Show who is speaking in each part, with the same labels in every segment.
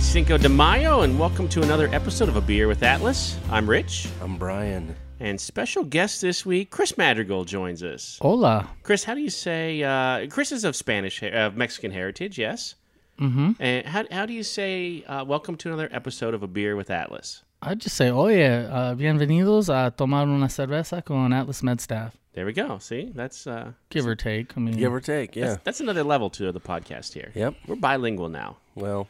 Speaker 1: Cinco de Mayo, and welcome to another episode of A Beer with Atlas. I'm Rich,
Speaker 2: I'm Brian.
Speaker 1: and special guest this week, Chris Madrigal joins us.
Speaker 3: Hola.
Speaker 1: Chris, how do you say? Uh, Chris is of Spanish, he- of Mexican heritage, yes. Mm-hmm. And how, how do you say? Uh, welcome to another episode of A Beer with Atlas.
Speaker 3: I'd just say, oye, uh, bienvenidos a tomar una cerveza con Atlas Med staff.
Speaker 1: There we go. See, that's uh,
Speaker 3: Give or take. I mean,
Speaker 2: Give or take, yeah.
Speaker 1: that's another level to the podcast here.
Speaker 2: Yep.
Speaker 1: we're bilingual now.
Speaker 2: Well,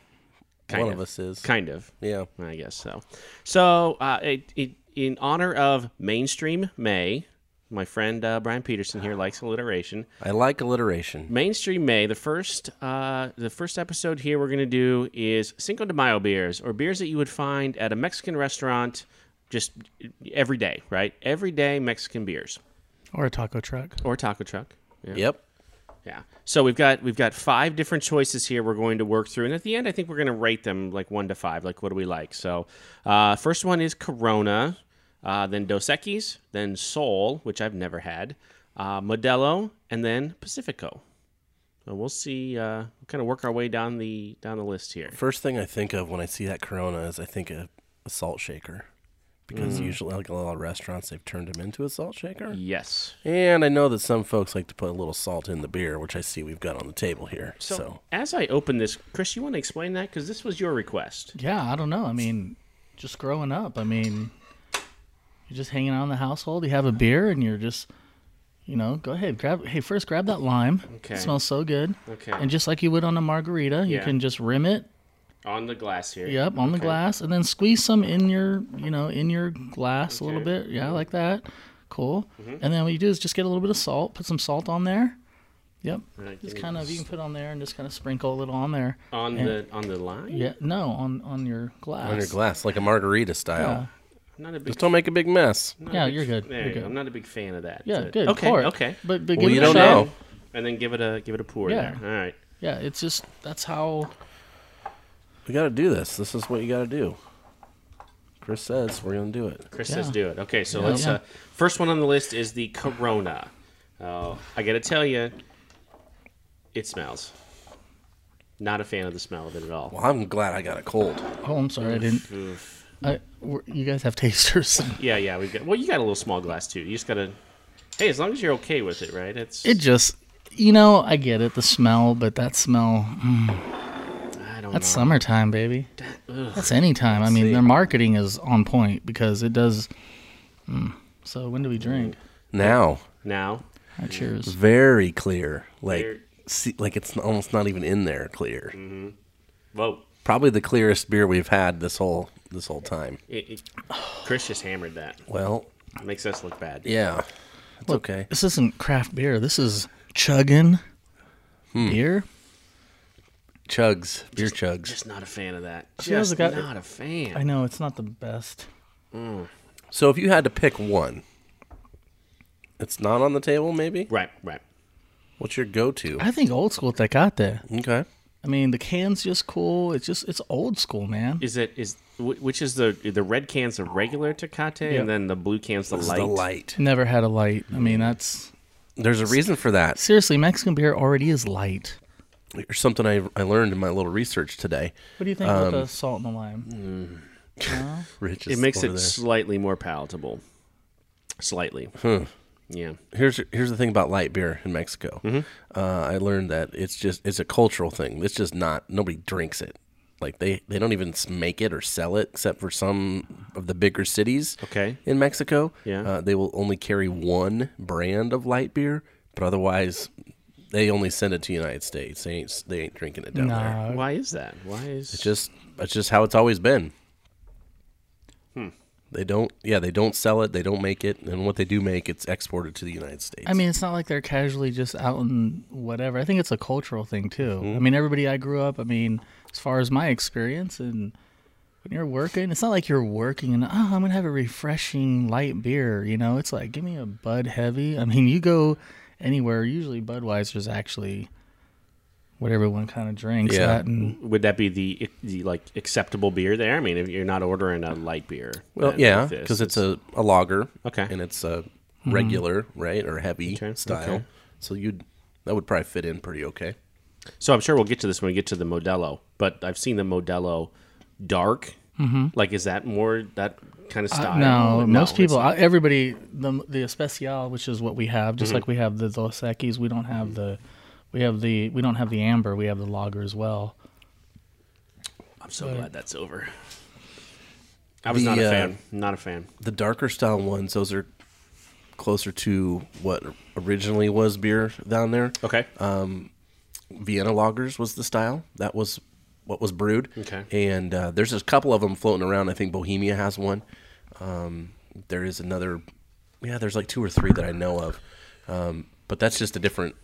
Speaker 1: Kind
Speaker 2: one
Speaker 1: of.
Speaker 2: of. us is.
Speaker 1: Kind of.
Speaker 2: Yeah.
Speaker 1: I guess so. So, uh, it, it, in honor of Mainstream May, my friend uh, Brian Peterson here likes alliteration.
Speaker 2: I like alliteration.
Speaker 1: Mainstream May, the first, uh, the first episode here we're going to do is Cinco de Mayo beers, or beers that you would find at a Mexican restaurant just every day, right? Every day Mexican beers
Speaker 3: or a taco truck.
Speaker 1: or taco truck. Yeah.
Speaker 2: Yep.
Speaker 1: Yeah. So we've got we've got five different choices here. We're going to work through, and at the end, I think we're going to rate them like one to five. Like, what do we like? So, uh, first one is Corona, uh, then Dos Equis, then Sol, which I've never had, uh, Modelo, and then Pacifico. So we'll see. Uh, we'll kind of work our way down the down the list here.
Speaker 2: First thing I think of when I see that Corona is I think of a salt shaker. Because usually, like a lot of restaurants, they've turned them into a salt shaker.
Speaker 1: Yes.
Speaker 2: And I know that some folks like to put a little salt in the beer, which I see we've got on the table here. So,
Speaker 1: So, as I open this, Chris, you want to explain that because this was your request.
Speaker 3: Yeah, I don't know. I mean, just growing up, I mean, you're just hanging out in the household. You have a beer and you're just, you know, go ahead. grab. Hey, first grab that lime.
Speaker 1: Okay.
Speaker 3: It smells so good.
Speaker 1: Okay.
Speaker 3: And just like you would on a margarita, you
Speaker 1: Yeah.
Speaker 3: can just rim it.
Speaker 1: On the glass here.
Speaker 3: Yep, on the
Speaker 1: Okay.
Speaker 3: glass, and then squeeze some in your, you know, in your glass a little bit. Yeah, like that. Cool.
Speaker 1: Mm-hmm.
Speaker 3: And then what you do is just get a little bit of salt, put some salt on there. Yep.
Speaker 1: Alright, give
Speaker 3: Just
Speaker 1: me
Speaker 3: kind of
Speaker 1: this.
Speaker 3: you can put on there and just kind of sprinkle a little on there.
Speaker 1: on
Speaker 3: And-
Speaker 1: the on the line.
Speaker 3: Yeah. No, on on your Oh. glass.
Speaker 2: on your glass, like a margarita style.
Speaker 1: I'm not a big
Speaker 2: Just don't make a big mess.
Speaker 1: Not a
Speaker 3: Yeah,
Speaker 1: big
Speaker 3: you're good.
Speaker 1: There
Speaker 3: You're
Speaker 1: you go.
Speaker 3: good.
Speaker 1: I'm not a big fan of that.
Speaker 3: Yeah,
Speaker 1: but-
Speaker 3: good.
Speaker 1: Okay,
Speaker 3: Pour it.
Speaker 1: okay.
Speaker 3: But, but
Speaker 2: Well,
Speaker 3: give
Speaker 2: you
Speaker 3: it a
Speaker 2: don't
Speaker 3: shot.
Speaker 2: know.
Speaker 1: And then give it a give it a pour.
Speaker 3: Yeah.
Speaker 1: There. All right.
Speaker 3: Yeah, it's just that's how.
Speaker 2: We got to do this. This is what you got to do. Chris says we're going to do it.
Speaker 1: Chris
Speaker 3: Yeah.
Speaker 1: says do it. Okay, so
Speaker 3: Yeah.
Speaker 1: let's.
Speaker 3: Yeah.
Speaker 1: Uh, first one on the list is the Corona. Oh, I gotta tell you, it smells. Not a fan of the smell of it at all.
Speaker 2: Well, I'm glad I got a cold.
Speaker 3: Oh, I'm sorry, I didn't.
Speaker 1: Oof.
Speaker 3: I, we're- you guys have tasters.
Speaker 1: Yeah, yeah. We've got. Well, you got a little small glass too. You just gotta. Hey, as long as you're okay with it, right? It's.
Speaker 3: It just, you know, I get it, the smell, but that smell.
Speaker 1: I don't
Speaker 3: That's
Speaker 1: know.
Speaker 3: summertime, baby. That's any time. I mean,
Speaker 2: see.
Speaker 3: their marketing is on point because it does. Mm. So when do we drink?
Speaker 2: Now,
Speaker 1: Now.
Speaker 3: Ah, cheers.
Speaker 2: very clear like
Speaker 1: Clear.
Speaker 2: see, like it's almost not even in there clear
Speaker 1: Whoa.
Speaker 2: probably the clearest beer we've had this whole this whole time
Speaker 1: It, it, Chris just hammered that.
Speaker 2: well
Speaker 1: Makes us look bad.
Speaker 2: yeah it's okay
Speaker 3: This isn't craft beer. This is chugging beer.
Speaker 2: chugs beer chugs
Speaker 1: Just not a fan of that.
Speaker 3: See, I was
Speaker 1: Just
Speaker 3: like, I-
Speaker 1: not a fan.
Speaker 3: I know it's not the best.
Speaker 2: so if you had to pick one it's not on the table maybe
Speaker 1: Right, right.
Speaker 2: what's your go-to
Speaker 3: I think old school Tecate.
Speaker 2: okay
Speaker 3: I mean, the can's just cool. It's just it's old school, man.
Speaker 1: Is it is wh- which is the the red cans the regular Tecate
Speaker 3: Yep.
Speaker 1: and then the blue cans the
Speaker 2: It's
Speaker 1: light.
Speaker 2: the light
Speaker 3: Never had a light. I mean, that's
Speaker 2: there's a reason for that
Speaker 3: seriously Mexican beer already is light.
Speaker 2: or something I, I learned in my little research today
Speaker 3: What do you think about the salt and the lime?
Speaker 2: Rich is
Speaker 1: It makes it
Speaker 2: over there.
Speaker 1: slightly more palatable. Slightly. Yeah.
Speaker 2: here's here's the thing about light beer in Mexico.
Speaker 1: Mm-hmm.
Speaker 2: Uh, I learned that it's just it's a cultural thing. It's just not nobody drinks it. Like they they don't even s- make it or sell it except for some of the bigger cities.
Speaker 1: Okay.
Speaker 2: In Mexico,
Speaker 1: Yeah.
Speaker 2: uh, they will only carry one brand of light beer, but otherwise they only send it to the United States. They ain't s- they ain't drinking it down there.
Speaker 3: Nah,
Speaker 1: Why is that? Why is
Speaker 2: It's just that's just how it's always been.
Speaker 1: Hmm.
Speaker 2: They don't yeah, they don't sell it, they don't make it, and what they do make it's exported to the United States.
Speaker 3: I mean, it's not like they're casually just out and whatever. I think it's a cultural thing too. I mean, everybody I grew up. I mean, as far as my experience and when you're working, it's not like you're working and oh, I'm gonna have a refreshing light beer. You know, it's like give me a Bud Heavy. I mean, you go anywhere. Usually, Budweiser's actually what everyone kind of drinks.
Speaker 2: Yeah.
Speaker 3: That and
Speaker 1: would that be the the like acceptable beer there? I mean, if you're not ordering a light beer.
Speaker 2: Well,
Speaker 1: then
Speaker 2: yeah,
Speaker 1: with this,
Speaker 2: because it's a, a lager.
Speaker 1: Okay. Mm-hmm.
Speaker 2: And it's a regular, right, or heavy
Speaker 1: Okay,
Speaker 2: style.
Speaker 1: okay.
Speaker 2: So you'd that would probably fit in pretty okay.
Speaker 1: So I'm sure we'll get to this when we get to the Modelo, but I've seen the Modelo dark. Like, is that more that kind of style?
Speaker 3: Mm-hmm. Uh, No, most
Speaker 1: it's-
Speaker 3: people, I- everybody, the the especial, which is what we have,
Speaker 1: Mm-hmm.
Speaker 3: just like we have the Dos Equis, we don't have the, we have the, we don't have the amber, we have the lager as well.
Speaker 1: I'm so glad that's over. I was
Speaker 2: The,
Speaker 1: not a
Speaker 2: uh,
Speaker 1: fan. Not a fan.
Speaker 2: The darker style ones, those are closer to what originally was beer down there.
Speaker 1: Okay.
Speaker 2: Vienna lagers was the style. That was what was brewed.
Speaker 1: Okay.
Speaker 2: And uh, there's a couple of them floating around. I think Bohemia has one. Um, there is another. Yeah, there's like two or three that I know of. Um, but that's just a different.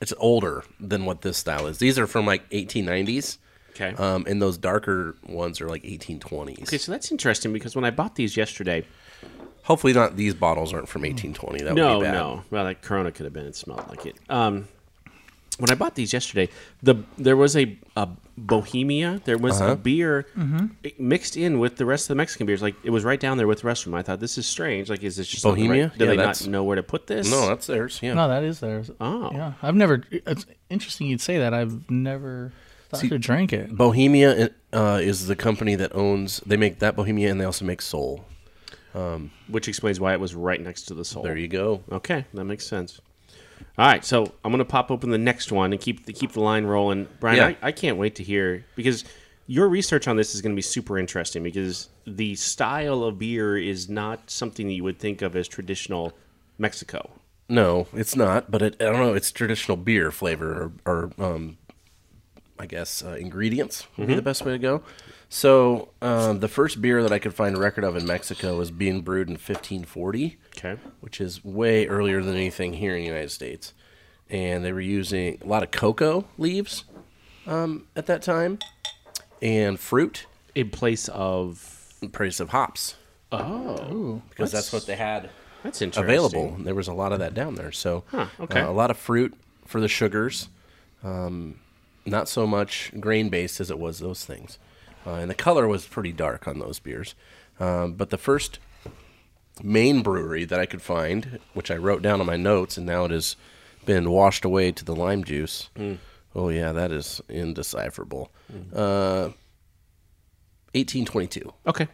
Speaker 2: It's older than what this style is. These are from like 1890s.
Speaker 1: okay.
Speaker 2: Um, and those darker ones are like 1820s.
Speaker 1: okay. So that's interesting because when I bought these yesterday,
Speaker 2: Hopefully, not these bottles aren't from 1820. That
Speaker 1: no,
Speaker 2: would be bad.
Speaker 1: no. Well, that Corona could have been. It smelled like it. Um, when I bought these yesterday, the there was a, a Bohemia. There was
Speaker 2: Uh-huh.
Speaker 1: a beer mixed in with the rest of the Mexican beers. Like it was right down there with the rest of them. I thought this is strange. Like is this just not the
Speaker 2: Bohemia?
Speaker 1: Right? Do
Speaker 2: Yeah,
Speaker 1: they
Speaker 2: that's-
Speaker 1: not know where to put this?
Speaker 2: No, that's theirs. Yeah.
Speaker 3: No, that is theirs.
Speaker 1: Uh, Oh.
Speaker 3: yeah. I've never. It's interesting you'd say that. I've never thought to drink it.
Speaker 2: Bohemia uh, is the company that owns. They make that Bohemia, and they also make Soul.
Speaker 1: which explains why it was right next to the soul.
Speaker 2: There you go.
Speaker 1: Okay, that makes sense. All right, so I'm gonna pop open the next one and keep the keep the line rolling, Brian.
Speaker 2: Yeah.
Speaker 1: I, I can't wait to hear because your research on this is gonna be super interesting because the style of beer is not something that you would think of as traditional Mexico.
Speaker 2: No, it's not. But it, I don't know. It's traditional beer flavor, or, or um, I guess uh, ingredients would be the best way to go. So um, the first beer that I could find a record of in Mexico was being brewed in 1540,
Speaker 1: Okay,
Speaker 2: which is way earlier than anything here in the United States. And they were using a lot of cocoa leaves um, at that time, and fruit
Speaker 1: in place of
Speaker 2: in place of hops
Speaker 1: oh,
Speaker 2: because that's what they had
Speaker 1: that's interesting.
Speaker 2: available. There was a lot of that down there. So
Speaker 1: Huh, okay.
Speaker 2: uh, a lot of fruit for the sugars, um, not so much grain based as it was those things. Uh, and the color was pretty dark on those beers. Um, but the first main brewery that I could find, which I wrote down on my notes, and now it has been washed away to the lime juice.
Speaker 1: Mm.
Speaker 2: Oh, yeah, that is indecipherable. Uh, 1822
Speaker 1: Okay,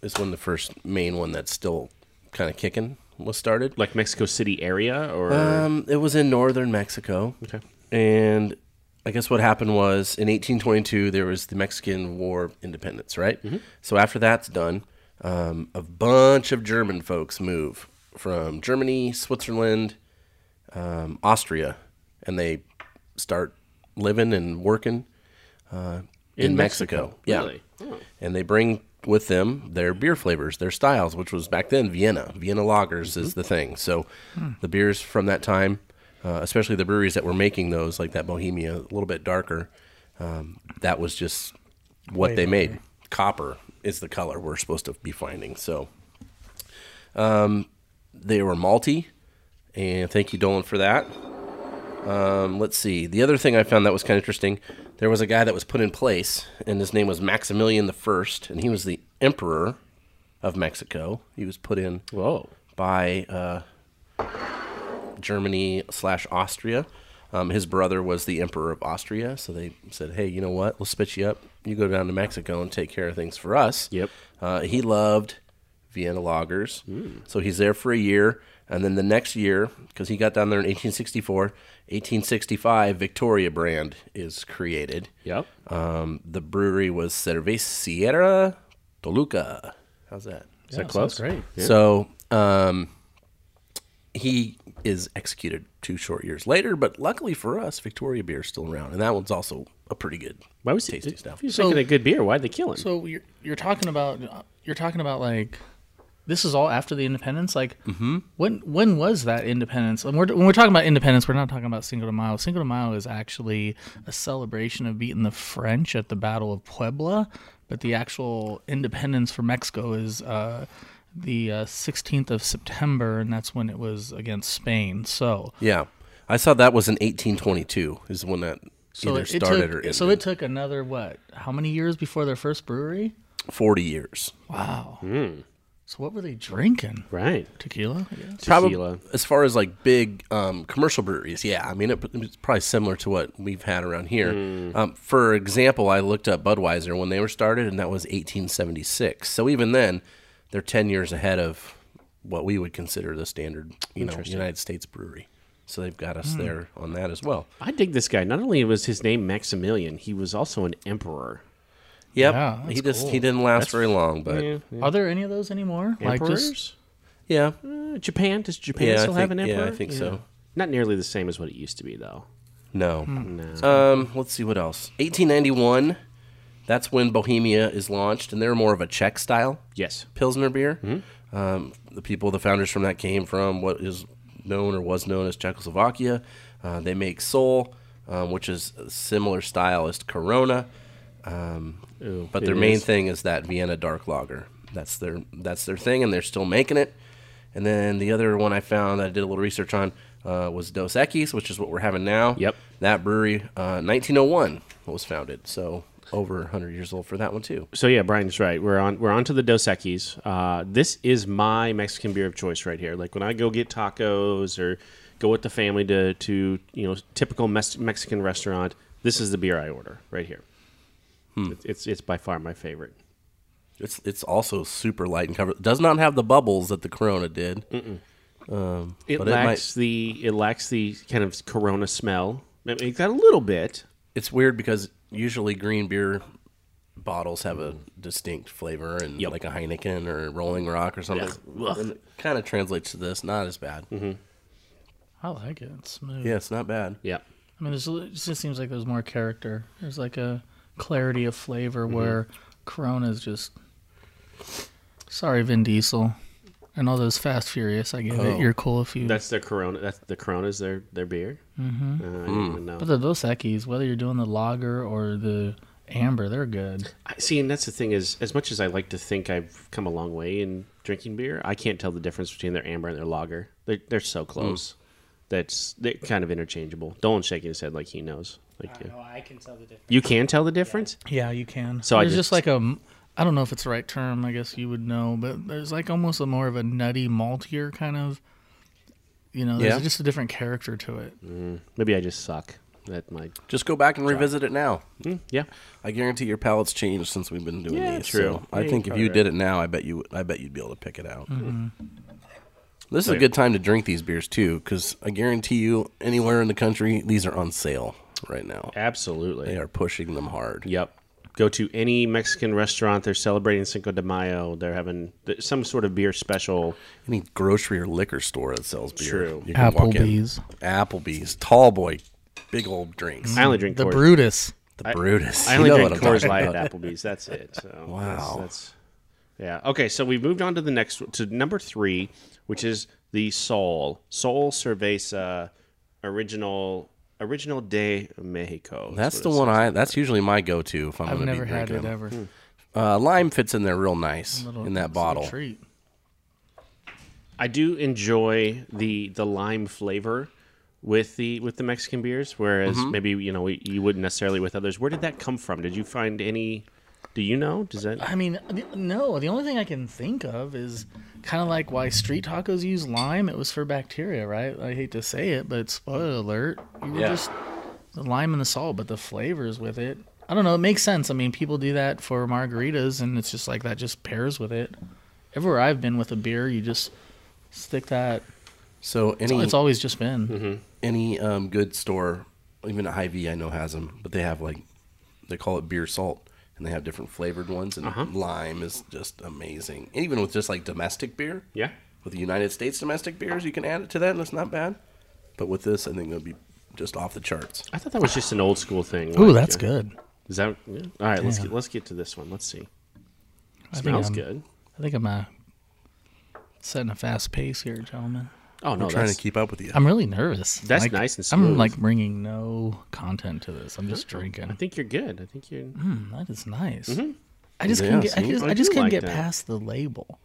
Speaker 2: is when the first main one that's still kind of kicking was started.
Speaker 1: like Mexico City area or
Speaker 2: Um, it was in northern Mexico.
Speaker 1: Okay.
Speaker 2: And I guess what happened was in 1822 there was the Mexican War of Independence, right?
Speaker 1: Mm-hmm.
Speaker 2: So after that's done, um, a bunch of German folks move from Germany, Switzerland, um, Austria, and they start living and working uh, in, Mexico. Yeah
Speaker 1: Really? Oh.
Speaker 2: and they bring with them their beer flavors, their styles, which was back then Vienna. Vienna lagers is the thing. So the beers from that time, uh, especially the breweries that were making those, like that Bohemia, a little bit darker, um, that was just what they made. Copper is the color we're supposed to be finding. So um, they were malty, and thank you, Dolan, for that. Um, let's see. The other thing I found that was kind of interesting, there was a guy that was put in place, and his name was Maximilian the First, and he was the emperor of Mexico. He was put in
Speaker 1: Whoa.
Speaker 2: by uh, Germany slash Austria. Um, his brother was the emperor of Austria, so they said, "Hey, you know what? We'll split you up. You go down to Mexico and take care of things for us."
Speaker 1: Yep.
Speaker 2: Uh, he loved Vienna lagers, so he's there for a year, and then the next year, because he got down there in 1864, 1865, Victoria brand is created.
Speaker 1: Yep.
Speaker 2: Um, the brewery was Cervecería Toluca. How's that?
Speaker 1: Is that close?
Speaker 3: great.
Speaker 2: So um, he is executed two short years later, but luckily for us, Victoria beer is still around, and that one's also a pretty good.
Speaker 1: Why was he?
Speaker 2: tasty
Speaker 1: If
Speaker 2: stuff?
Speaker 1: he was
Speaker 3: So-
Speaker 1: making a good beer, why'd they kill him?
Speaker 3: So you're you're talking about you're talking about like this is all after the independence. Like when when was that independence? And we're, when we're talking about independence, we're not talking about Cinco de Mayo. Cinco de Mayo is actually a celebration of beating the French at the Battle of Puebla, but the actual independence for Mexico is. Uh, the uh, 16th of September, and that's when it was against Spain. So,
Speaker 2: Yeah, I saw that was in 1822 is when that
Speaker 3: so
Speaker 2: either
Speaker 3: it, it
Speaker 2: started
Speaker 3: took,
Speaker 2: or ended.
Speaker 3: so it took another what? How many years before their first brewery?
Speaker 2: 40 years.
Speaker 3: Wow. So what were they drinking?
Speaker 1: Right.
Speaker 3: Tequila, I guess.
Speaker 1: Tequila.
Speaker 2: Probably as far as like big um, commercial breweries, yeah. I mean, it, it's probably similar to what we've had around here.
Speaker 3: Hmm.
Speaker 2: Um, for example, I looked up Budweiser when they were started, and that was 1876. So even then, they're 10 years ahead of what we would consider the standard, you know, United States brewery. So they've got
Speaker 3: Hmm.
Speaker 2: us there on that as well.
Speaker 1: I dig this guy. Not only was his name Maximilian, he was also an emperor.
Speaker 2: Yep,
Speaker 3: Yeah, that's
Speaker 2: he just
Speaker 3: cool.
Speaker 2: he didn't last very long, but yeah,
Speaker 3: Are there any of those anymore?
Speaker 1: Emperors?
Speaker 2: yeah,
Speaker 1: Uh, Japan? Does Japan
Speaker 2: I
Speaker 1: still have
Speaker 2: think-
Speaker 1: an
Speaker 2: yeah,
Speaker 1: emperor?
Speaker 2: I think so.
Speaker 1: Not nearly the same as what it used to be, though.
Speaker 2: No.
Speaker 3: Hmm.
Speaker 2: Um, let's see what else. 1891. That's when Bohemia is launched, and they're more of a Czech style
Speaker 1: Yes.
Speaker 2: pilsner beer.
Speaker 1: Hmm?
Speaker 2: Um, the people, the founders from that came from what is known or was known as Czechoslovakia. Uh, they make Sol, um, which is a similar style as Corona, Um,
Speaker 1: Ooh,
Speaker 2: but
Speaker 1: it
Speaker 2: their main
Speaker 1: is.
Speaker 2: thing is that Vienna dark lager. That's their that's their thing, and they're still making it. And then the other one I found that I did a little research on uh, was Dos Equis, which is what we're having now.
Speaker 1: Yep.
Speaker 2: That brewery, uh, 1901, was founded, so over 100 years old for that one too.
Speaker 1: So yeah, Brian's right. We're on we're on to the Dos Equis. Uh, this is my Mexican beer of choice right here. Like when I go get tacos or go with the family to to you know typical mes- Mexican restaurant, this is the beer I order right here.
Speaker 2: Hmm.
Speaker 1: It's, it's it's by far my favorite.
Speaker 2: It's it's also super light and covered. Does not have the bubbles that the Corona did.
Speaker 1: It
Speaker 2: But it might-
Speaker 1: lacks the it lacks the kind of Corona smell. I mean, It got a little bit.
Speaker 2: It's weird because usually green beer bottles have a distinct flavor, and
Speaker 1: Mm-hmm. Yep.
Speaker 2: like a Heineken or Rolling Rock or something.
Speaker 1: Ugh. Mm-hmm.
Speaker 2: And it kind of translates to this. Not as bad.
Speaker 3: I like it. It's smooth.
Speaker 2: Yeah, it's not bad.
Speaker 1: Yeah.
Speaker 3: I mean, there's, it just seems like there's more character. There's like a clarity of flavor where Corona is just. Sorry, Vin Diesel, and all those Fast Furious. I get it. You're cool if you.
Speaker 1: That's their Corona. That's the Corona's their their beer. Mm-hmm. Uh, I don't even know.
Speaker 3: but the Dos Equis, whether you're doing the lager or the amber, they're good.
Speaker 1: I- See, and that's the thing is, as much as I like to think I've come a long way in drinking beer, I can't tell the difference between their amber and their lager. They're they're so close. That's they're kind of interchangeable. Dolan's shaking his head like he knows. Like yeah.
Speaker 4: No, I can tell the difference.
Speaker 1: you can tell the difference.
Speaker 3: Yeah, you can.
Speaker 1: So I
Speaker 3: there's just,
Speaker 1: just-
Speaker 3: like a, m- I don't know if it's the right term. I guess you would know, but there's like almost a more of a nutty, maltier kind of. You know, there's
Speaker 2: Yeah.
Speaker 3: just a different character to it.
Speaker 1: Maybe I just suck. That might.
Speaker 2: Just go back and revisit it now.
Speaker 1: Yeah.
Speaker 2: I guarantee your palate's changed since we've been doing
Speaker 1: Yeah,
Speaker 2: these.
Speaker 1: true. oh,
Speaker 2: so I
Speaker 1: Yeah,
Speaker 2: think
Speaker 1: you're
Speaker 2: if you
Speaker 1: probably
Speaker 2: did it now, I bet you I bet you'd be able to pick it out. This is a good time to drink these beers too, because I guarantee you, anywhere in the country, these are on sale right now.
Speaker 1: Absolutely.
Speaker 2: They are pushing them hard.
Speaker 1: Yep. Go to any Mexican restaurant. They're celebrating Cinco de Mayo. They're having th- some sort of beer special.
Speaker 2: Any grocery or liquor store that sells beer,
Speaker 1: True.
Speaker 2: you can walk in.
Speaker 3: Applebee's.
Speaker 2: Applebee's, Tall Boy, big old drinks,
Speaker 1: I only drink
Speaker 3: The
Speaker 1: Coors.
Speaker 3: Brutus.
Speaker 2: the Brutus.
Speaker 1: I
Speaker 2: You
Speaker 1: only
Speaker 2: know
Speaker 1: drink
Speaker 2: what I'm
Speaker 1: Coors
Speaker 2: talking
Speaker 1: Light
Speaker 2: about.
Speaker 1: at Applebee's. That's it. So
Speaker 2: Wow.
Speaker 1: That's, that's yeah. Okay, so we've moved on to the next to number three, which is the Sol Sol Cerveza Original Original de Mexico.
Speaker 2: That's
Speaker 1: what
Speaker 2: the
Speaker 1: it
Speaker 2: one I. That's usually my go-to if I'm
Speaker 3: I've
Speaker 2: going to be
Speaker 3: never had
Speaker 2: drinking
Speaker 3: it
Speaker 2: them.
Speaker 3: ever.
Speaker 2: Uh, lime fits in there real nice
Speaker 3: Little-
Speaker 2: in
Speaker 3: it's a
Speaker 2: that
Speaker 3: little
Speaker 2: bottle.
Speaker 3: treat.
Speaker 1: says. I do enjoy the the lime flavor with the with the Mexican beers, whereas
Speaker 3: Mm-hmm.
Speaker 1: maybe you know you wouldn't necessarily with others. Where did that come from? Did you find any? Do you know? Does that
Speaker 3: I mean, the- no. The only thing I can think of is kind of like why street tacos use lime. It was for bacteria, right? I hate to say it, but spoiler alert: you were
Speaker 2: Yeah.
Speaker 3: just the lime and the salt, but the flavors with it. I don't know. It makes sense. I mean, people do that for margaritas, and it's just like that just pairs with it. Everywhere I've been with a beer, you just stick that.
Speaker 2: So any
Speaker 3: It's always just been.
Speaker 1: Mm-hmm.
Speaker 2: any um, good store, even at Hy-Vee, I know has them, but they have like they call it beer salt, and they have different flavored ones, and
Speaker 1: Uh-huh.
Speaker 2: lime is just amazing. Even with just like domestic beer,
Speaker 1: Yeah.
Speaker 2: with the United States domestic beers, you can add it to that, and it's not bad. But with this, I think it'll be just off the charts.
Speaker 1: I thought that was just an old school thing.
Speaker 3: Ooh,
Speaker 1: like,
Speaker 3: that's
Speaker 1: uh,
Speaker 3: good.
Speaker 1: Is that yeah. all right? Let's
Speaker 3: Yeah.
Speaker 1: get let's get to this one. Let's see.
Speaker 3: I think
Speaker 1: Smells
Speaker 3: I'm-
Speaker 1: good.
Speaker 3: I think I'm uh, setting a fast pace here, gentlemen.
Speaker 1: Oh no,
Speaker 2: I'm trying
Speaker 1: that's,
Speaker 2: to keep up with you.
Speaker 3: I'm really nervous.
Speaker 1: That's
Speaker 3: Like,
Speaker 1: nice and
Speaker 3: I'm
Speaker 1: smooth. Oh.
Speaker 3: like bringing no content to this. I'm just
Speaker 1: I
Speaker 3: drinking.
Speaker 1: think you're good. I think you're.
Speaker 3: Mm, that is nice. I just couldn't
Speaker 2: Yeah,
Speaker 3: get. I
Speaker 2: see?
Speaker 3: just,
Speaker 1: Mm-hmm. I
Speaker 3: I just
Speaker 1: do
Speaker 3: couldn't
Speaker 1: like
Speaker 3: get
Speaker 1: that.
Speaker 3: past the label.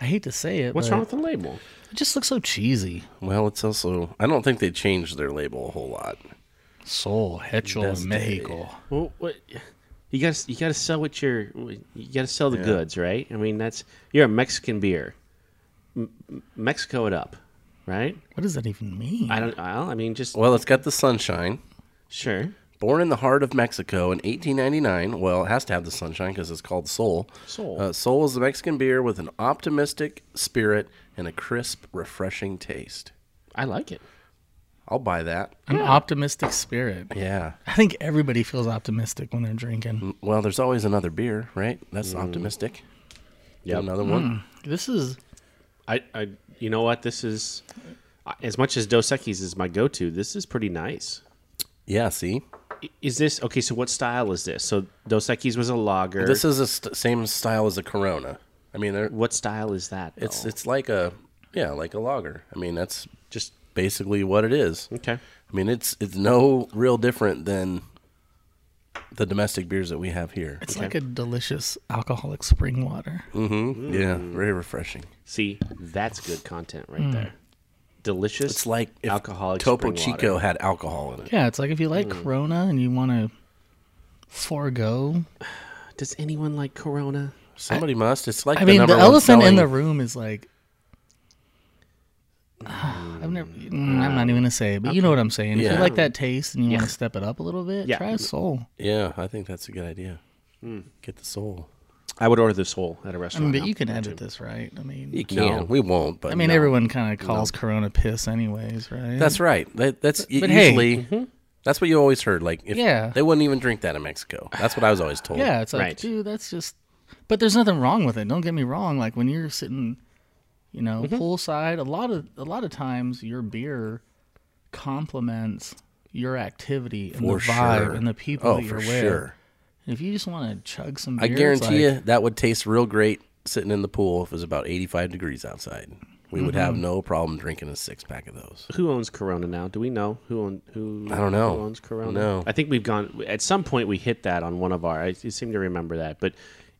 Speaker 3: I hate to say it.
Speaker 1: What's
Speaker 3: but
Speaker 1: wrong with the label?
Speaker 3: It just looks so cheesy.
Speaker 2: Well, it's also I don't think they changed their label a whole lot.
Speaker 3: Sol, Hechel,
Speaker 2: That's
Speaker 3: and Mexico.
Speaker 1: Well, what? You got to you got to sell what you're you got to sell the goods, right? I mean, that's you're a Mexican beer. M- M- Mexico it up, right?
Speaker 3: What does that even mean?
Speaker 1: I don't. Well, I mean, just
Speaker 2: Well, it's got the sunshine.
Speaker 1: sure.
Speaker 2: Born in the heart of Mexico in 1899. Well, it has to have the sunshine because it's called Sol.
Speaker 1: Sol.
Speaker 2: Uh, Sol is a Mexican beer with an optimistic spirit and a crisp, refreshing taste.
Speaker 1: I like it.
Speaker 2: I'll buy that.
Speaker 3: An optimistic spirit.
Speaker 2: Yeah.
Speaker 3: I think everybody feels optimistic when they're
Speaker 1: Mm.
Speaker 3: drinking.
Speaker 2: Well, there's always another beer, right? That's optimistic.
Speaker 1: Yep.
Speaker 2: Yeah.
Speaker 1: Mm.
Speaker 2: Another one.
Speaker 3: This is
Speaker 1: I, I you know what this is as much as Dos Equis is my go-to. This is pretty nice.
Speaker 2: Yeah. See,
Speaker 1: I- Is this okay? So what style is this? So Dos Equis was a lager.
Speaker 2: this is the st- same style as a Corona. I mean, they're,
Speaker 1: what style is that? though?
Speaker 3: Oh.
Speaker 2: it's it's like a yeah, like a lager. I mean, that's
Speaker 1: just
Speaker 2: basically what it is.
Speaker 1: okay.
Speaker 2: I mean, it's it's no real different than the domestic beers that we have here.
Speaker 3: it's like a delicious alcoholic spring water.
Speaker 1: Mm.
Speaker 3: Mm.
Speaker 2: Mm-hmm. Yeah, very refreshing.
Speaker 1: See, that's good content right there. Delicious.
Speaker 2: It's like if
Speaker 1: alcoholic
Speaker 2: Topo
Speaker 1: spring water.
Speaker 2: Chico had alcohol in it.
Speaker 3: Yeah, it's like if you like
Speaker 1: Mm.
Speaker 3: Corona and you want to forego.
Speaker 1: Does anyone like Corona?
Speaker 2: Somebody must. It's like
Speaker 3: I mean,
Speaker 2: number
Speaker 3: the
Speaker 2: one
Speaker 3: elephant in
Speaker 2: selling-
Speaker 3: the room is like. Ah, I've never. mm, I'm not even gonna say, it, but you know what I'm saying. If
Speaker 2: Yeah.
Speaker 3: you like that taste and you want to step it up a little bit,
Speaker 1: Yeah.
Speaker 3: try a soul.
Speaker 2: Yeah, I think that's a good idea.
Speaker 3: Hmm.
Speaker 2: Get the soul.
Speaker 1: I would order this whole at a
Speaker 3: I
Speaker 1: restaurant.
Speaker 3: mean, but you can edit this, right? I mean,
Speaker 2: You can.
Speaker 1: No.
Speaker 2: We won't. But
Speaker 3: I mean,
Speaker 2: no.
Speaker 3: everyone kind of calls Corona piss, anyways, right?
Speaker 2: That's right. That, that's u-
Speaker 3: but hey.
Speaker 2: usually. That's what you always heard. Like, if
Speaker 3: Yeah.
Speaker 2: they wouldn't even drink that in Mexico. That's what I was always told.
Speaker 3: yeah. It's like,
Speaker 1: Right.
Speaker 3: dude, that's just. But there's nothing wrong with it. Don't get me wrong. Like when you're sitting, you know,
Speaker 2: Mm-hmm.
Speaker 3: poolside, a lot of a lot of times your beer complements your activity and
Speaker 2: For
Speaker 3: the vibe
Speaker 2: sure.
Speaker 3: and the people
Speaker 2: Oh,
Speaker 3: that you're
Speaker 2: for
Speaker 3: with.
Speaker 2: sure.
Speaker 3: If you just want to chug some, beer,
Speaker 2: I
Speaker 3: it's
Speaker 2: guarantee
Speaker 3: like-
Speaker 2: you that would taste real great sitting in the pool if it was about 85 degrees outside. We would have no problem drinking a six pack of those.
Speaker 1: who owns Corona now? Do we know who own who?
Speaker 2: I don't know.
Speaker 1: Who owns Corona?
Speaker 2: No.
Speaker 1: I think we've gone at some point. We hit that on one of our. I seem to remember that. But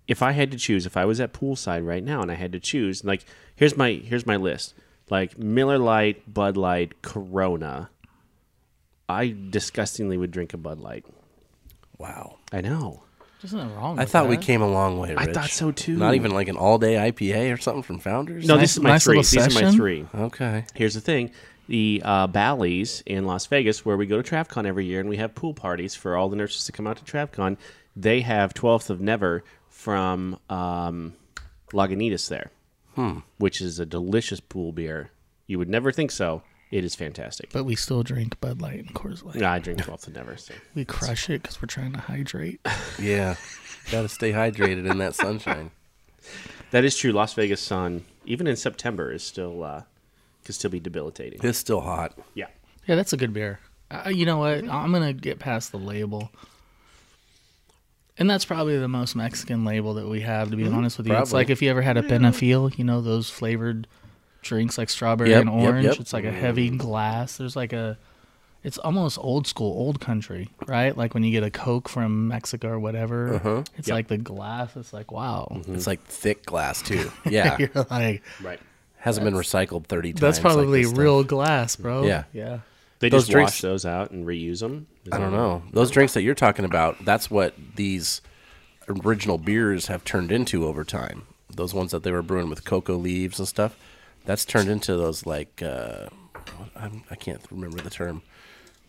Speaker 1: if I had to choose, if I was at poolside right now and I had to choose, like here's my here's my list. Like Miller Lite, Bud Light, Corona. I disgustingly would drink a Bud Light.
Speaker 2: Wow.
Speaker 1: I know.
Speaker 3: There's nothing wrong.
Speaker 2: I
Speaker 3: with
Speaker 2: thought we
Speaker 3: that.
Speaker 2: came a long way.
Speaker 1: I
Speaker 2: Rich.
Speaker 1: thought so, too.
Speaker 2: Not even like an all day IPA or something from Founders.
Speaker 1: No,
Speaker 3: Nice-
Speaker 1: this is my
Speaker 3: nice
Speaker 1: three.
Speaker 3: little
Speaker 1: These are my
Speaker 3: session.
Speaker 1: three.
Speaker 2: Okay.
Speaker 1: Here's the thing. The uh, Bally's in Las Vegas, where we go to TravCon every year and we have pool parties for all the nurses to come out to TravCon, they have 12th of Never from um, Lagunitas there,
Speaker 2: Hmm.
Speaker 1: which is a delicious pool beer. You would never think so. It is fantastic.
Speaker 3: but we still drink Bud Light and Coors Light.
Speaker 1: I drink 12th of Never. So.
Speaker 3: We crush it because we're trying to hydrate.
Speaker 2: Yeah. Got to stay hydrated in that sunshine.
Speaker 1: That is true. Las Vegas sun, even in September, is still uh, can still be debilitating.
Speaker 2: It's still hot.
Speaker 1: Yeah.
Speaker 3: yeah, that's a good beer. Uh, you know
Speaker 2: Mm-hmm.
Speaker 3: what? I'm gonna get past the label, and that's probably the most Mexican label that we have. To be honest with you, it's
Speaker 2: Mm-hmm. probably.
Speaker 3: like if you ever had a Benefil, you know those flavored drinks like strawberry
Speaker 2: Yep,
Speaker 3: and
Speaker 2: yep,
Speaker 3: orange.
Speaker 2: yep. Mm-hmm.
Speaker 3: It's like a heavy glass. There's like a, it's almost old school, old country, right? Like when you get a Coke from Mexico or whatever,
Speaker 2: Uh-huh.
Speaker 3: it's like the glass. It's like wow.
Speaker 2: It's like thick glass, too. Mm-hmm. Yeah.
Speaker 3: You're like,
Speaker 1: Right.
Speaker 2: Hasn't been recycled 30 times.
Speaker 3: that's
Speaker 2: like
Speaker 3: probably
Speaker 2: this stuff.
Speaker 3: real glass, bro.
Speaker 2: Yeah.
Speaker 3: Yeah.
Speaker 1: They
Speaker 2: Those
Speaker 1: just
Speaker 2: drinks- Uh-huh.
Speaker 1: wash those out and reuse them.
Speaker 2: I don't know. Those drinks that you're talking about, that's what these original beers have turned into over time. Those ones that they were brewing with cocoa leaves and stuff, that's turned into those like uh, I'm, I can't remember the term.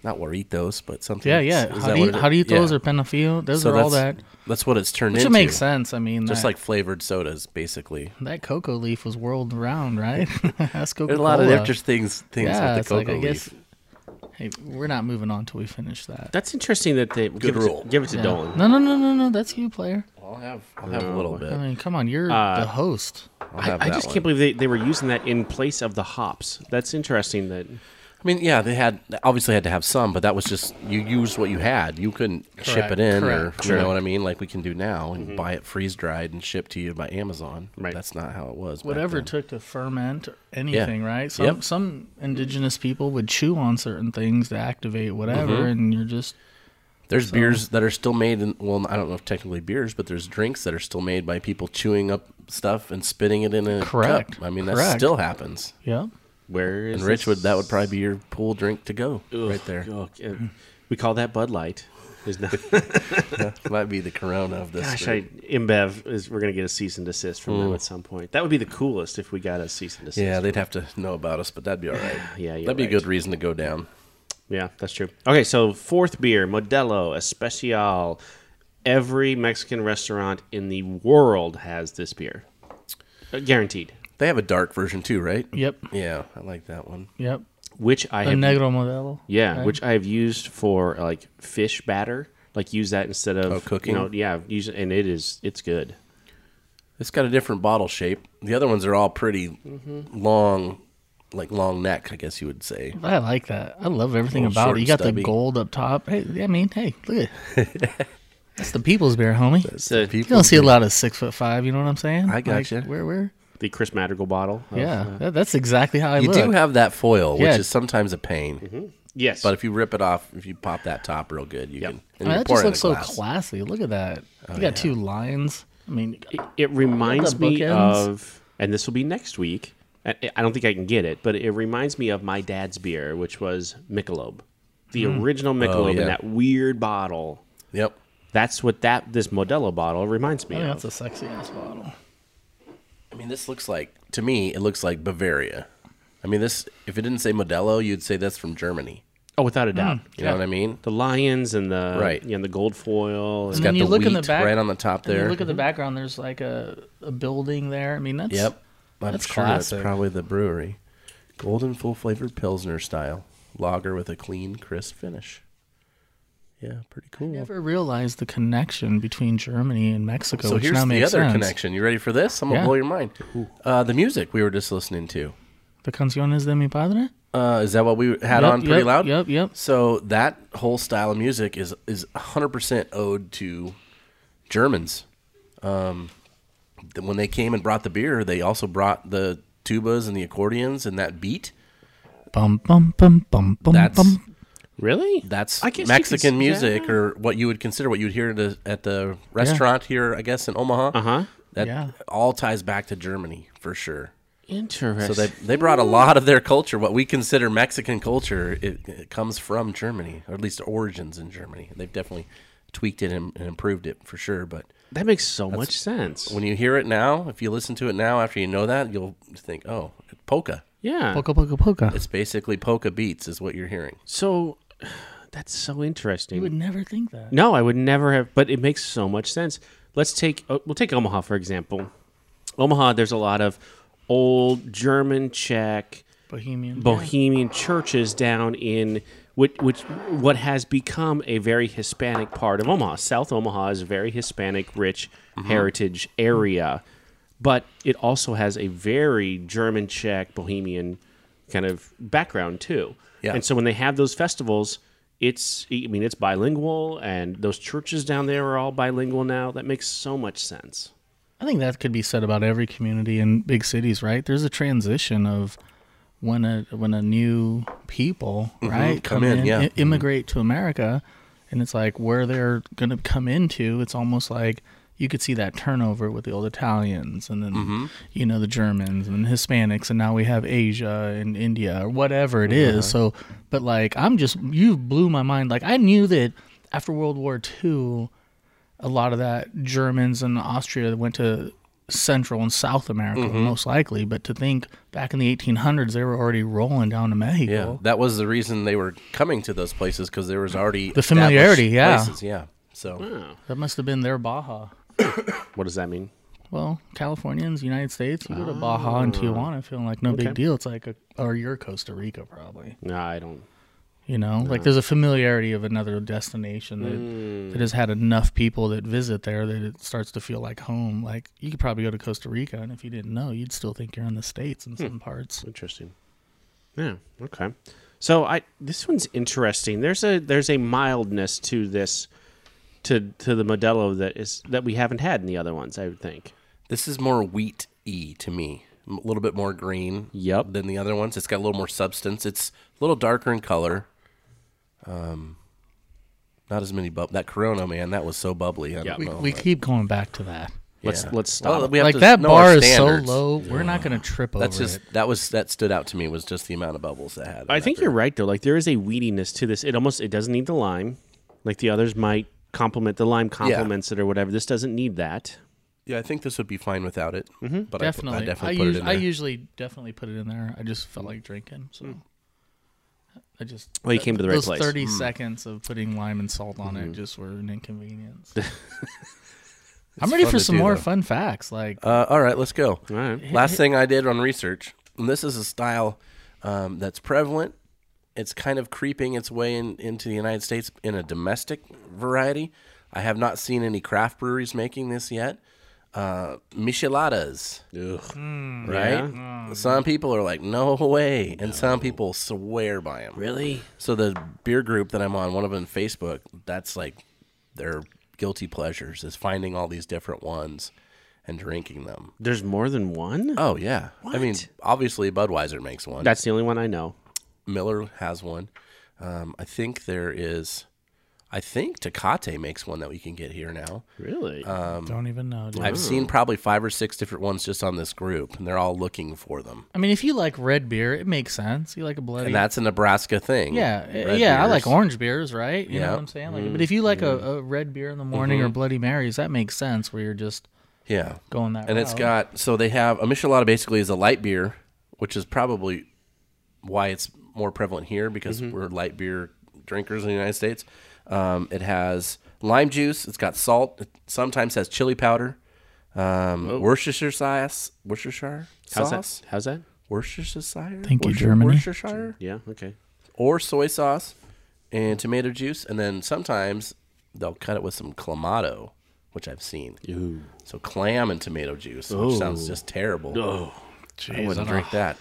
Speaker 2: Not Waritos, but something.
Speaker 3: Yeah, yeah.
Speaker 2: Is
Speaker 3: How
Speaker 2: that
Speaker 3: do you,
Speaker 2: what it-
Speaker 3: how do you throw
Speaker 2: yeah.
Speaker 3: those or penafil? Those
Speaker 2: So
Speaker 3: are all
Speaker 2: that's-
Speaker 3: that.
Speaker 2: That's what it's turned
Speaker 3: Which
Speaker 2: into.
Speaker 3: it makes sense. I mean,
Speaker 2: Just
Speaker 3: that,
Speaker 2: like flavored sodas, basically.
Speaker 3: that cocoa leaf was whirled around, right? That's Coca
Speaker 2: There's a lot of different things things
Speaker 3: yeah,
Speaker 2: with
Speaker 3: it's
Speaker 2: the
Speaker 3: like,
Speaker 2: cocoa
Speaker 3: I guess.
Speaker 2: leaf.
Speaker 3: Hey, we're not moving on till we finish that.
Speaker 1: That's interesting that they give
Speaker 2: rule.
Speaker 1: It to, give it to
Speaker 3: Yeah.
Speaker 1: Dolan.
Speaker 3: No, no, no, no, no. That's you, player.
Speaker 2: I'll have I'll have a little bit.
Speaker 3: I mean, come on, you're the host.
Speaker 2: I'll
Speaker 1: I,
Speaker 2: have
Speaker 1: I
Speaker 2: Uh, that
Speaker 1: just
Speaker 2: one.
Speaker 1: can't believe they, they were using that in place of the hops. That's interesting. That
Speaker 2: I mean, yeah, they had they obviously had to have some, but that was just you used what you had. You couldn't ship
Speaker 3: Correct,
Speaker 2: it in,
Speaker 3: correct.
Speaker 2: or you know what I mean, like we can do now and buy it freeze dried and shipped to you by Amazon.
Speaker 1: Mm-hmm. Right.
Speaker 2: That's not how it was. back
Speaker 3: Whatever
Speaker 2: then.
Speaker 3: it took to ferment anything, right? Some
Speaker 2: Yep.
Speaker 3: some indigenous people would chew on certain things to activate whatever,
Speaker 2: Mm-hmm.
Speaker 3: and you're just
Speaker 2: There's beers that are still made, in, well, I don't know if technically beers, but there's drinks that are still made by people chewing up stuff and spitting it in a
Speaker 3: Correct,
Speaker 2: cup. I mean, that
Speaker 3: correct.
Speaker 2: still happens.
Speaker 3: yeah.
Speaker 1: where is
Speaker 2: And Rich
Speaker 1: this? Oh,
Speaker 2: would that would probably be your pool drink to go
Speaker 1: Ugh,
Speaker 2: right there.
Speaker 1: ugh, uh, we call that Bud Light. There's no,
Speaker 2: Might be the corona of this.
Speaker 1: gosh, I,
Speaker 2: thing.
Speaker 1: InBev is. We're gonna get a cease and desist from them at some point. That would be the coolest if we got a cease and desist.
Speaker 2: Mm. yeah, they'd have to know about us, but that'd be all right.
Speaker 1: Yeah, you're
Speaker 2: that'd be a
Speaker 1: right.
Speaker 2: good reason to go down.
Speaker 1: Yeah, that's true. Okay, so fourth beer, Modelo Especial. Every Mexican restaurant in the world has this beer, Uh, guaranteed.
Speaker 2: They have a dark version too, right?
Speaker 3: Yep.
Speaker 2: Yeah, I like that one.
Speaker 3: Yep.
Speaker 1: Which I
Speaker 3: The
Speaker 1: have,
Speaker 3: Negro Modelo.
Speaker 1: yeah,
Speaker 3: right?
Speaker 1: which I have used for like fish batter. Like use that instead of
Speaker 2: Oh, cooking?
Speaker 1: You know, yeah, use it, and it is it's good.
Speaker 2: It's got a different bottle shape. The other ones are all pretty long, like long neck, I guess you would say.
Speaker 3: I like that. I love everything
Speaker 2: Little
Speaker 3: about
Speaker 2: short
Speaker 3: it. You
Speaker 2: and
Speaker 3: got
Speaker 2: stubby.
Speaker 3: the gold up top. Hey, I mean, hey, look at That's the people's beer, homie.
Speaker 1: the,
Speaker 2: People-
Speaker 1: the,
Speaker 3: you don't see a lot of six foot five. You know what I'm saying?
Speaker 2: I gotcha. Oh,
Speaker 3: Like, where, where?
Speaker 1: Chris Madrigal bottle. of- uh,
Speaker 3: yeah, that, that's exactly how I
Speaker 2: You
Speaker 3: look.
Speaker 2: do have that foil, which
Speaker 3: Yeah.
Speaker 2: is sometimes a pain.
Speaker 1: yes,
Speaker 2: But if you rip it off, if you pop that top real good, you can.
Speaker 3: I
Speaker 2: And
Speaker 3: mean,
Speaker 2: you
Speaker 3: that
Speaker 2: pour
Speaker 3: just
Speaker 2: it in
Speaker 3: looks
Speaker 2: a
Speaker 3: so
Speaker 2: glass. Oh,
Speaker 3: classy. Look at that. you got two lions. I mean,
Speaker 1: it, it reminds
Speaker 3: the
Speaker 1: me
Speaker 3: bookends.
Speaker 1: of, and this will be next week. I, I don't think I can get it, but it reminds me of my dad's beer, which was Michelob, the original Michelob
Speaker 2: Hmm. Oh, yeah.
Speaker 1: in that weird bottle.
Speaker 2: Yep.
Speaker 1: That's what that this Modelo bottle reminds me
Speaker 3: I mean,
Speaker 1: of.
Speaker 3: Oh, that's a sexy ass bottle.
Speaker 2: I mean, this looks like to me, it looks like Bavaria. I mean, this if it didn't say Modelo, you'd say that's from Germany.
Speaker 1: oh, without a doubt,
Speaker 3: Hmm.
Speaker 2: You know what I mean?
Speaker 1: the lions and the
Speaker 2: Right.
Speaker 1: you know, the gold foil.
Speaker 2: It's
Speaker 1: And,
Speaker 2: got
Speaker 3: then
Speaker 2: the
Speaker 3: you look
Speaker 2: wheat
Speaker 3: in the back-
Speaker 2: right on the top
Speaker 3: And
Speaker 2: there. Mm-hmm.
Speaker 3: you look at the background. There's like a, a building there. I mean, that's
Speaker 2: Yep. I'm
Speaker 3: That's
Speaker 2: sure
Speaker 3: classic.
Speaker 2: that's probably the brewery. Golden full flavored Pilsner style. Lager with a clean, crisp finish. Yeah, pretty cool.
Speaker 3: Never realized the connection between Germany and Mexico.
Speaker 2: so
Speaker 3: which
Speaker 2: here's
Speaker 3: now
Speaker 2: the
Speaker 3: makes
Speaker 2: other
Speaker 3: sense.
Speaker 2: connection. You ready for this? I'm going to
Speaker 3: Yeah.
Speaker 2: blow your mind. Uh, the music we were just listening to.
Speaker 3: The canciones de mi padre.
Speaker 2: Uh, is that what we had
Speaker 3: Yep,
Speaker 2: on pretty
Speaker 3: yep,
Speaker 2: loud?
Speaker 3: Yep, yep.
Speaker 2: So that whole style of music is is 100% owed to Germans. Um, th- when they came and brought the beer, they also brought the tubas and the accordions and that beat.
Speaker 3: Bum bum bum bum bum
Speaker 2: That's
Speaker 3: bum.
Speaker 1: really?
Speaker 2: that's
Speaker 1: I guess you could
Speaker 2: Mexican
Speaker 1: s-
Speaker 2: music
Speaker 1: yeah.
Speaker 2: or what you would consider what you would hear at the, at the restaurant here, I guess in Omaha. Uh
Speaker 1: Huh?
Speaker 2: That
Speaker 3: Yeah.
Speaker 2: all ties back to Germany for sure.
Speaker 1: Interesting.
Speaker 2: So they they brought a lot of their culture, what we consider Mexican culture, it, it comes from Germany, or at least origins in Germany. They've definitely tweaked it and, and improved it for sure. But
Speaker 1: that makes so much sense.
Speaker 2: when you hear it now, if you listen to it now after you know that, you'll think, oh, polka.
Speaker 1: yeah.
Speaker 3: Polka polka polka.
Speaker 2: It's basically polka beats is what you're hearing.
Speaker 1: So that's so interesting.
Speaker 3: You would never think that.
Speaker 1: No, I would never have, but it makes so much sense. Let's take uh, we'll take Omaha for example. Omaha, there's a lot of old German Czech
Speaker 3: Bohemian.
Speaker 1: Bohemian churches down in which, which what has become a very Hispanic part of Omaha. South Omaha is a very Hispanic rich heritage area, but it also has a very German Czech Bohemian kind of background too.
Speaker 2: Yeah.
Speaker 1: And so when they have those festivals, it's I mean it's bilingual and those churches down there are all bilingual now. That makes so much sense.
Speaker 3: I think that could be said about every community in big cities, right? There's a transition of when a when a new people right
Speaker 2: Mm-hmm. come in, yeah. Mm-hmm.
Speaker 3: i- immigrate to America, and it's like where they're going to come into. It's almost like you could see that turnover with the old Italians, and then
Speaker 2: Mm-hmm.
Speaker 3: you know the Germans and Hispanics, and now we have Asia and India or whatever it is. So, but like I'm just you blew my mind. Like I knew that after World War II a lot of that Germans and Austria went to Central and South America most likely. But to think back in the 1800s, they were already rolling down to Mexico.
Speaker 2: Yeah, that was the reason they were coming to those places because there was already
Speaker 3: The familiarity,
Speaker 2: established
Speaker 3: yeah.
Speaker 2: places, yeah. So
Speaker 3: That must have been their Baja.
Speaker 1: What does that mean?
Speaker 3: Well, Californians, United States, you go to Baja and Tijuana feeling like no big deal. It's like, a, or you're Costa Rica probably.
Speaker 1: No, I don't.
Speaker 3: You know, like there's a familiarity of another destination that, that has had enough people that visit there that it starts to feel like home. Like you could probably go to Costa Rica, and if you didn't know, you'd still think you're in the States in some parts.
Speaker 1: Interesting. Yeah. Okay. So I this one's interesting. There's a there's a mildness to this to to the Modelo that is that we haven't had in the other ones. I would think.
Speaker 2: this is more wheat y to me, a little bit more green.
Speaker 1: Yep.
Speaker 2: Than the other ones, it's got a little more substance. It's a little darker in color. Um, not as many bub. That Corona man, that was so bubbly. I
Speaker 1: Yeah.
Speaker 2: don't
Speaker 1: We-
Speaker 2: know.
Speaker 3: We keep going back to that.
Speaker 1: Let's
Speaker 2: Yeah.
Speaker 1: let's
Speaker 2: Well,
Speaker 1: stop.
Speaker 2: we Oh, have
Speaker 3: like
Speaker 2: to
Speaker 3: that
Speaker 2: know our
Speaker 3: bar is so
Speaker 2: standards.
Speaker 3: low, we're not going to trip over
Speaker 2: That's just
Speaker 3: it.
Speaker 2: that was that stood out to me was just the amount of bubbles that had. in
Speaker 1: I
Speaker 2: that
Speaker 1: think
Speaker 2: beer.
Speaker 1: you're right though. Like there is a weediness to this. It almost it doesn't need the lime, Like the others might complement the lime complements it or whatever. This doesn't need that.
Speaker 2: Yeah, I think this would be fine without it. But I pu-
Speaker 3: Mm-hmm. definitely.
Speaker 2: I,
Speaker 3: I,
Speaker 2: definitely put
Speaker 3: use,
Speaker 2: it in
Speaker 3: I
Speaker 2: there. Hmm.
Speaker 3: usually definitely put it in there. I just felt like drinking, so I just.
Speaker 1: Well, you came to the right
Speaker 3: those
Speaker 1: place. Hmm.
Speaker 3: thirty seconds of putting lime and salt on
Speaker 2: Hmm.
Speaker 3: it just were an inconvenience. I'm ready
Speaker 2: fun
Speaker 3: for
Speaker 2: to
Speaker 3: some
Speaker 2: do,
Speaker 3: more
Speaker 2: though.
Speaker 3: fun facts. Like
Speaker 2: Uh, all right, let's go.
Speaker 1: All right.
Speaker 2: Last thing I did on research, and this is a style um, that's prevalent. It's kind of creeping its way in, into the United States in a domestic variety. I have not seen any craft breweries making this yet. Uh, micheladas, right? Some people are like, "No way," and some people swear by them.
Speaker 1: Really?
Speaker 2: So the beer group that I'm on, one of them Facebook, that's like their guilty pleasures is finding all these different ones and drinking them.
Speaker 1: There's more than one?
Speaker 2: Oh yeah. I mean,
Speaker 1: What?
Speaker 2: obviously Budweiser makes one.
Speaker 1: That's the only one I know.
Speaker 2: Miller has one. Um, I think there is. I think Tecate makes one that we can get here now.
Speaker 1: Really?
Speaker 2: Um,
Speaker 3: don't even know. dude.
Speaker 2: I've seen probably five or six different ones just on this group, and they're all looking for them.
Speaker 3: I mean, if you like red beer, it makes sense. You like a bloody.
Speaker 2: And that's a Nebraska thing.
Speaker 3: yeah, eh, uh,
Speaker 2: Red
Speaker 3: yeah. I
Speaker 2: beers. Mm-hmm.
Speaker 3: like orange beers, right? You know
Speaker 2: Yeah.
Speaker 3: what I'm saying. Like, but if you like a, a red beer in the morning
Speaker 2: Mm-hmm.
Speaker 3: or Bloody Marys, that makes sense. Where you're just
Speaker 2: Yeah.
Speaker 3: going that.
Speaker 2: And it's
Speaker 1: Oh.
Speaker 3: route.
Speaker 2: got so they have a Michelada basically is a light beer, which is probably why it's more prevalent here because
Speaker 1: Mm-hmm.
Speaker 2: we're light beer drinkers in the United States. Um, it has lime juice. It's got salt. It sometimes has chili powder. Um, Worcestershire sauce. Worcestershire
Speaker 1: Oh. How's
Speaker 2: sauce.
Speaker 1: that? How's that?
Speaker 2: Worcestershire.
Speaker 3: Thank you,
Speaker 2: Worcester-
Speaker 3: Germany.
Speaker 2: Worcestershire
Speaker 1: Yeah, okay.
Speaker 2: or soy sauce and tomato juice, and then sometimes they'll cut it with some clamato, which I've seen. So clam and tomato juice, which sounds just terrible.
Speaker 1: Oh,
Speaker 2: I wouldn't drink that.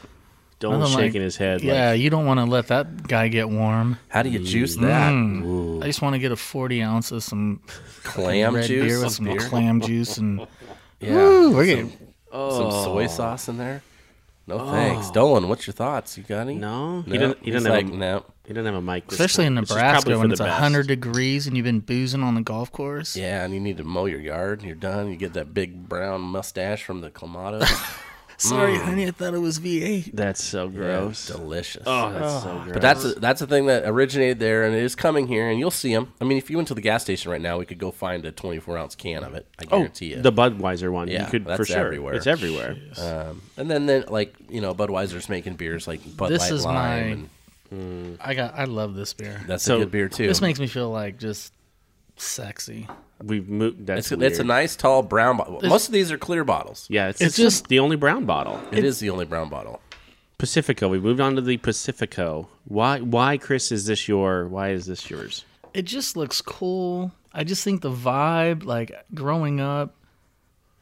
Speaker 1: Don
Speaker 3: Nothing like-
Speaker 1: shaking his head.
Speaker 3: Yeah,
Speaker 1: Like,
Speaker 3: you don't want to let that guy get warm.
Speaker 2: How do you juice that?
Speaker 3: Mm. I just want to get a 40 ounce of some
Speaker 2: Clam
Speaker 3: red
Speaker 2: juice,
Speaker 3: beer with some clam juice and
Speaker 2: yeah,
Speaker 3: Ooh, we're getting-
Speaker 2: some
Speaker 3: Oh.
Speaker 2: soy sauce in there. No thanks, Dolan. What's your thoughts? You got any?
Speaker 1: Oh. No, he
Speaker 2: No,
Speaker 1: doesn't- he
Speaker 2: he's
Speaker 1: doesn't have
Speaker 2: like,
Speaker 1: a-
Speaker 2: no.
Speaker 1: he doesn't have a mic. this
Speaker 3: especially in
Speaker 1: time, which is probably
Speaker 3: Nebraska
Speaker 1: for
Speaker 3: when
Speaker 1: the
Speaker 3: it's
Speaker 1: best.
Speaker 3: 100 degrees and you've been boozing on the golf course.
Speaker 2: Yeah, and you need to mow your yard. and You're done. You get that big brown mustache from the clamato.
Speaker 3: Sorry,
Speaker 2: Mm.
Speaker 3: honey, I thought it was V8.
Speaker 1: That's so gross.
Speaker 2: Delicious.
Speaker 1: oh, that's so gross.
Speaker 2: But that's a, that's a thing that originated there, and it is coming here, and you'll see them. I mean, if you went to the gas station right now, we could go find a 24 ounce can of it. I guarantee you.
Speaker 1: Oh, the Budweiser one.
Speaker 2: Yeah,
Speaker 1: you could
Speaker 2: that's
Speaker 1: for sure.
Speaker 2: everywhere.
Speaker 1: It's everywhere.
Speaker 2: um, and then, then like you know, Budweiser's making beers like Bud
Speaker 3: This
Speaker 2: Light
Speaker 3: is
Speaker 2: Lime.
Speaker 3: my-
Speaker 2: and
Speaker 3: I got I love this beer.
Speaker 2: that's
Speaker 1: So,
Speaker 2: a good beer too.
Speaker 3: This makes me feel like just sexy.
Speaker 1: We've moved. That's
Speaker 2: it's, it's a
Speaker 1: weird.
Speaker 2: nice tall brown bottle. Most of these are clear bottles.
Speaker 1: Yeah, it's,
Speaker 3: It's
Speaker 1: it's just
Speaker 3: just-
Speaker 1: the only brown bottle.
Speaker 2: it is the only brown bottle.
Speaker 1: Pacifico. We moved on to the Pacifico. Why? Why, Chris? Is this your? Why is this yours?
Speaker 3: It just looks cool. I just think the vibe like growing up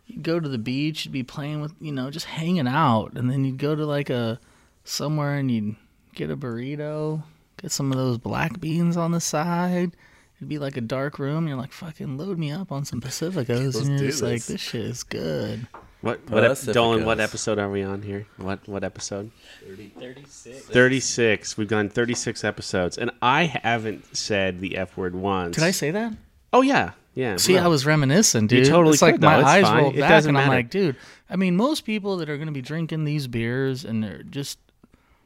Speaker 3: you'd go to the beach, you'd be playing with, you know, just hanging out and then you'd go to like a somewhere and you'd get a burrito, get some of those black beans on the side. It'd be like a dark room. You're like, fucking load me up on some Pacificos. and
Speaker 2: do
Speaker 3: you're just like,
Speaker 2: this.
Speaker 3: this shit is good.
Speaker 1: What? what ep-
Speaker 2: Pacificos.
Speaker 1: Dolan? What episode are we on here? What? What episode? 36. 36. We've gone 36 episodes, and I haven't said the F word once.
Speaker 3: Did I say that?
Speaker 1: Oh yeah, yeah.
Speaker 3: See, I was reminiscing, dude.
Speaker 1: totally
Speaker 3: it's like
Speaker 1: could, though.
Speaker 3: my
Speaker 1: It's
Speaker 3: eyes
Speaker 1: fine.
Speaker 3: rolled
Speaker 1: It
Speaker 3: back,
Speaker 1: doesn't
Speaker 3: and I'm
Speaker 1: matter.
Speaker 3: like, dude. I mean, most people that are going to be drinking these beers, and they're just,